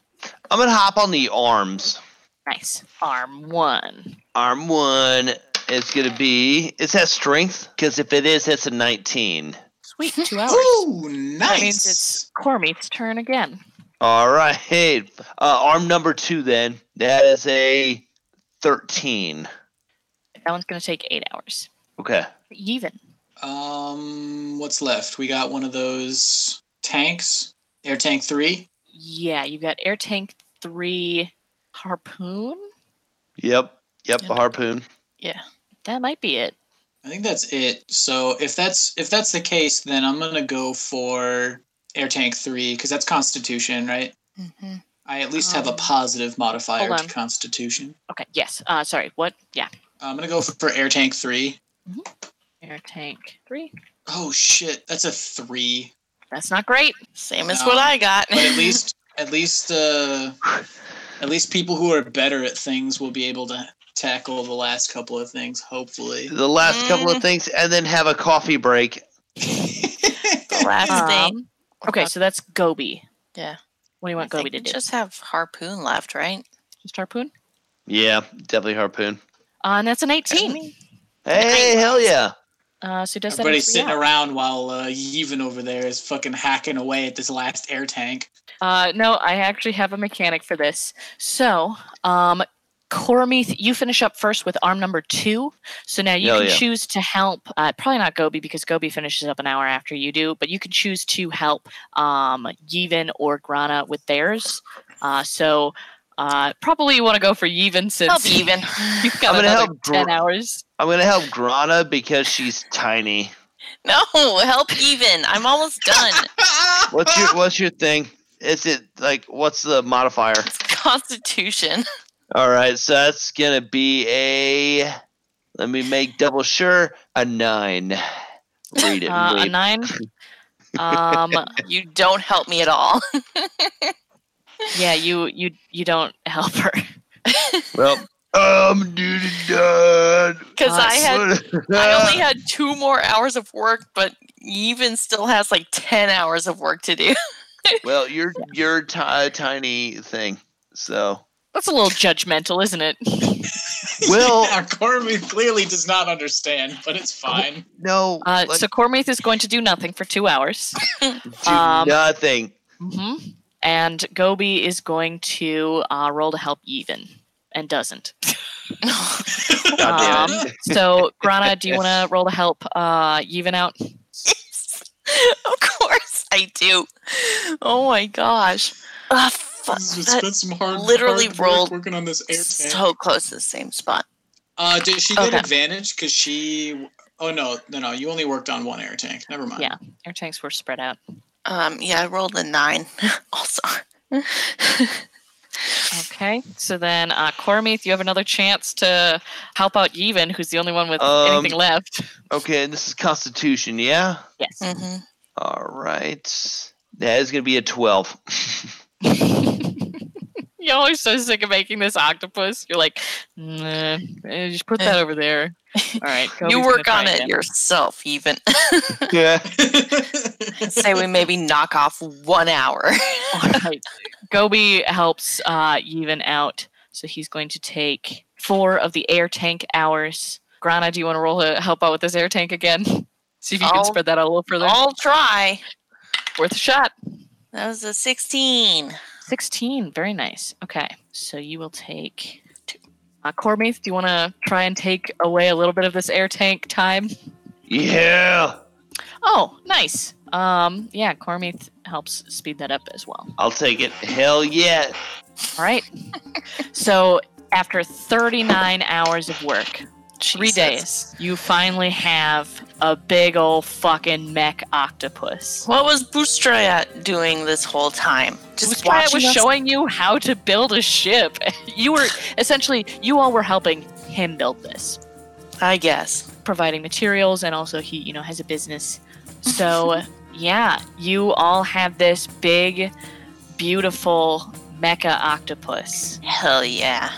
Speaker 4: I'm gonna hop on the arms.
Speaker 1: Nice. Arm one.
Speaker 4: Arm one is gonna be. Is that strength? Because if it is, that's a 19.
Speaker 1: Sweet. Two hours.
Speaker 3: Ooh, nice.
Speaker 1: That means it's Cormeeth's turn again.
Speaker 4: All right. Uh, arm number two then. That is a 13.
Speaker 1: That one's going to take eight hours.
Speaker 4: Okay.
Speaker 1: Even.
Speaker 3: um, what's left? We got one of those tanks, air tank three.
Speaker 1: Yeah, you got air tank three harpoon.
Speaker 4: Yep. Yep.
Speaker 2: Yep.
Speaker 4: A harpoon.
Speaker 2: Yeah.
Speaker 1: That might be it.
Speaker 3: I think that's it. So if that's if that's the case, then I'm gonna go for air tank three because that's Constitution, right?
Speaker 2: hmm
Speaker 3: I at least have a
Speaker 1: Um,
Speaker 3: positive modifier
Speaker 1: hold
Speaker 3: to
Speaker 1: on.
Speaker 3: Constitution.
Speaker 1: Okay, yes. Uh, sorry, what? Yeah.
Speaker 3: I'm gonna go for, for air tank three.
Speaker 1: Air tank three.
Speaker 3: Oh shit, that's a three.
Speaker 1: That's not great.
Speaker 2: Same as
Speaker 3: No,
Speaker 2: what I got.
Speaker 3: But at least at least uh, at least people who are better at things will be able to tackle the last couple of things, hopefully.
Speaker 4: The last couple of
Speaker 2: Mm.
Speaker 4: things, and then have a coffee break.
Speaker 2: The last thing.
Speaker 1: Um, okay, so that's Gobi.
Speaker 2: uh, Yeah.
Speaker 1: What do you want
Speaker 2: I
Speaker 1: Gobi
Speaker 2: think
Speaker 1: to
Speaker 2: we
Speaker 1: do? Just,
Speaker 2: Just have harpoon left, right?
Speaker 1: harpoon?
Speaker 4: Yeah, definitely harpoon.
Speaker 1: Uh, and that's an 18.
Speaker 4: Hey, hell yeah!
Speaker 1: Uh, so does that make
Speaker 3: Everybody's
Speaker 1: three
Speaker 3: sitting
Speaker 1: out.
Speaker 3: around while uh, Yevon over there is fucking hacking away at this last air tank.
Speaker 1: Uh, no, I actually have a mechanic for this. So, um, Cormeeth, you finish up first with arm number two. So now you
Speaker 4: Hell
Speaker 1: can
Speaker 4: yeah.
Speaker 1: choose to help. Uh, probably not Gobi because Gobi finishes up an hour after you do, but you can choose to help um, Yevon or Grana with theirs. Uh, so uh, probably you want to go for Yevon since
Speaker 2: Help even.
Speaker 1: you've got
Speaker 4: I'm gonna
Speaker 1: another
Speaker 4: help Gr-
Speaker 1: 10 hours.
Speaker 4: I'm gonna help Grana because she's tiny.
Speaker 2: no, help even. I'm almost done.
Speaker 4: What's your What's your thing? Is it like what's the modifier?
Speaker 2: It's Constitution.
Speaker 4: All right, so that's gonna be a. Let me make double sure a nine. Read it.
Speaker 1: Uh, a
Speaker 4: Read.
Speaker 1: nine. um,
Speaker 2: You don't help me at all.
Speaker 1: yeah, you you you don't help her.
Speaker 4: Well, I'm duty done.
Speaker 2: Because
Speaker 1: Uh,
Speaker 2: I had I only had two more hours of work, but even still has like ten hours of work to do.
Speaker 4: well, you're you're ti- tiny thing. So
Speaker 1: That's a little judgmental, isn't it?
Speaker 4: Well-
Speaker 3: yeah, Corby clearly does not understand, but it's fine.
Speaker 4: no,
Speaker 1: Uh,
Speaker 4: like,
Speaker 1: so Cormaith is going to do nothing for two hours,
Speaker 4: do
Speaker 1: um,
Speaker 4: nothing.
Speaker 1: hmm and Gobi is going to uh, roll to help even, and doesn't.
Speaker 4: God damn
Speaker 1: Um, so Grana, do you want to roll to help uh, even out?
Speaker 2: Yes. of course I do. Oh my gosh. Ah, fuck.
Speaker 3: This was-
Speaker 2: That-
Speaker 3: spent some hard,
Speaker 2: literally
Speaker 3: hard work
Speaker 2: rolled
Speaker 3: working on this air tank.
Speaker 2: so close to the same spot.
Speaker 3: uh, did she get
Speaker 2: Okay.
Speaker 3: advantage? Because she. Oh no, no, no! You only worked on one air tank. Never mind.
Speaker 1: Yeah. Air tanks were spread out.
Speaker 2: Um, yeah, I rolled a nine. also,
Speaker 1: Okay, so then uh, Cormaith, you have another chance to help out Yevon, who's the only one with
Speaker 4: Um,
Speaker 1: anything left.
Speaker 4: Okay, and this is Constitution, yeah.
Speaker 1: Yes.
Speaker 2: hmm
Speaker 4: All right, that is gonna be a twelve.
Speaker 1: You're always so sick of making this octopus. You're like, nah, eh, just put that over there. All right.
Speaker 2: you
Speaker 1: Gobi's
Speaker 2: work
Speaker 1: gonna
Speaker 2: on
Speaker 1: try
Speaker 2: it
Speaker 1: again.
Speaker 2: yourself. Even
Speaker 4: yeah.
Speaker 2: say we maybe knock off one hour.
Speaker 1: All right. Gobi helps uh, Yevon out, so he's going to take four of the air tank hours. Grana, do you want to roll to help out with this air tank again? See if you
Speaker 2: I'll-
Speaker 1: can spread that out a little further.
Speaker 2: I'll try.
Speaker 1: Worth a shot.
Speaker 2: That was a sixteen.
Speaker 1: 16. Very nice. Okay. So you will take two. Uh, Cormaith, do you want to try and take away a little bit of this air tank time?
Speaker 4: Yeah.
Speaker 1: Oh, nice. Um, yeah, Cormaith helps speed that up as well.
Speaker 4: I'll take it. Hell yeah.
Speaker 1: All right. so after 39 hours of work, three
Speaker 2: Jesus.
Speaker 1: days, you finally have a big old fucking mech octopus.
Speaker 2: What was Boostryat doing this whole time? Just
Speaker 1: That's why I
Speaker 2: watching
Speaker 1: was
Speaker 2: us?
Speaker 1: showing you how to build a ship. You were essentially, you all were helping him build this,
Speaker 2: I guess.
Speaker 1: providing materials, and also he, you know, has a business. So, yeah, you all have this big, beautiful mecha octopus.
Speaker 2: Hell yeah.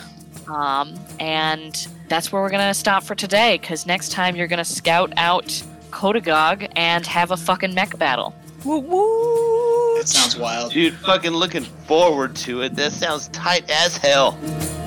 Speaker 1: Um, and that's where we're going to stop for today because next time you're going to scout out Kodagog and have a fucking mech battle.
Speaker 2: Woo woo.
Speaker 3: that sounds wild.
Speaker 4: Dude, fucking looking forward to it. That sounds tight as hell.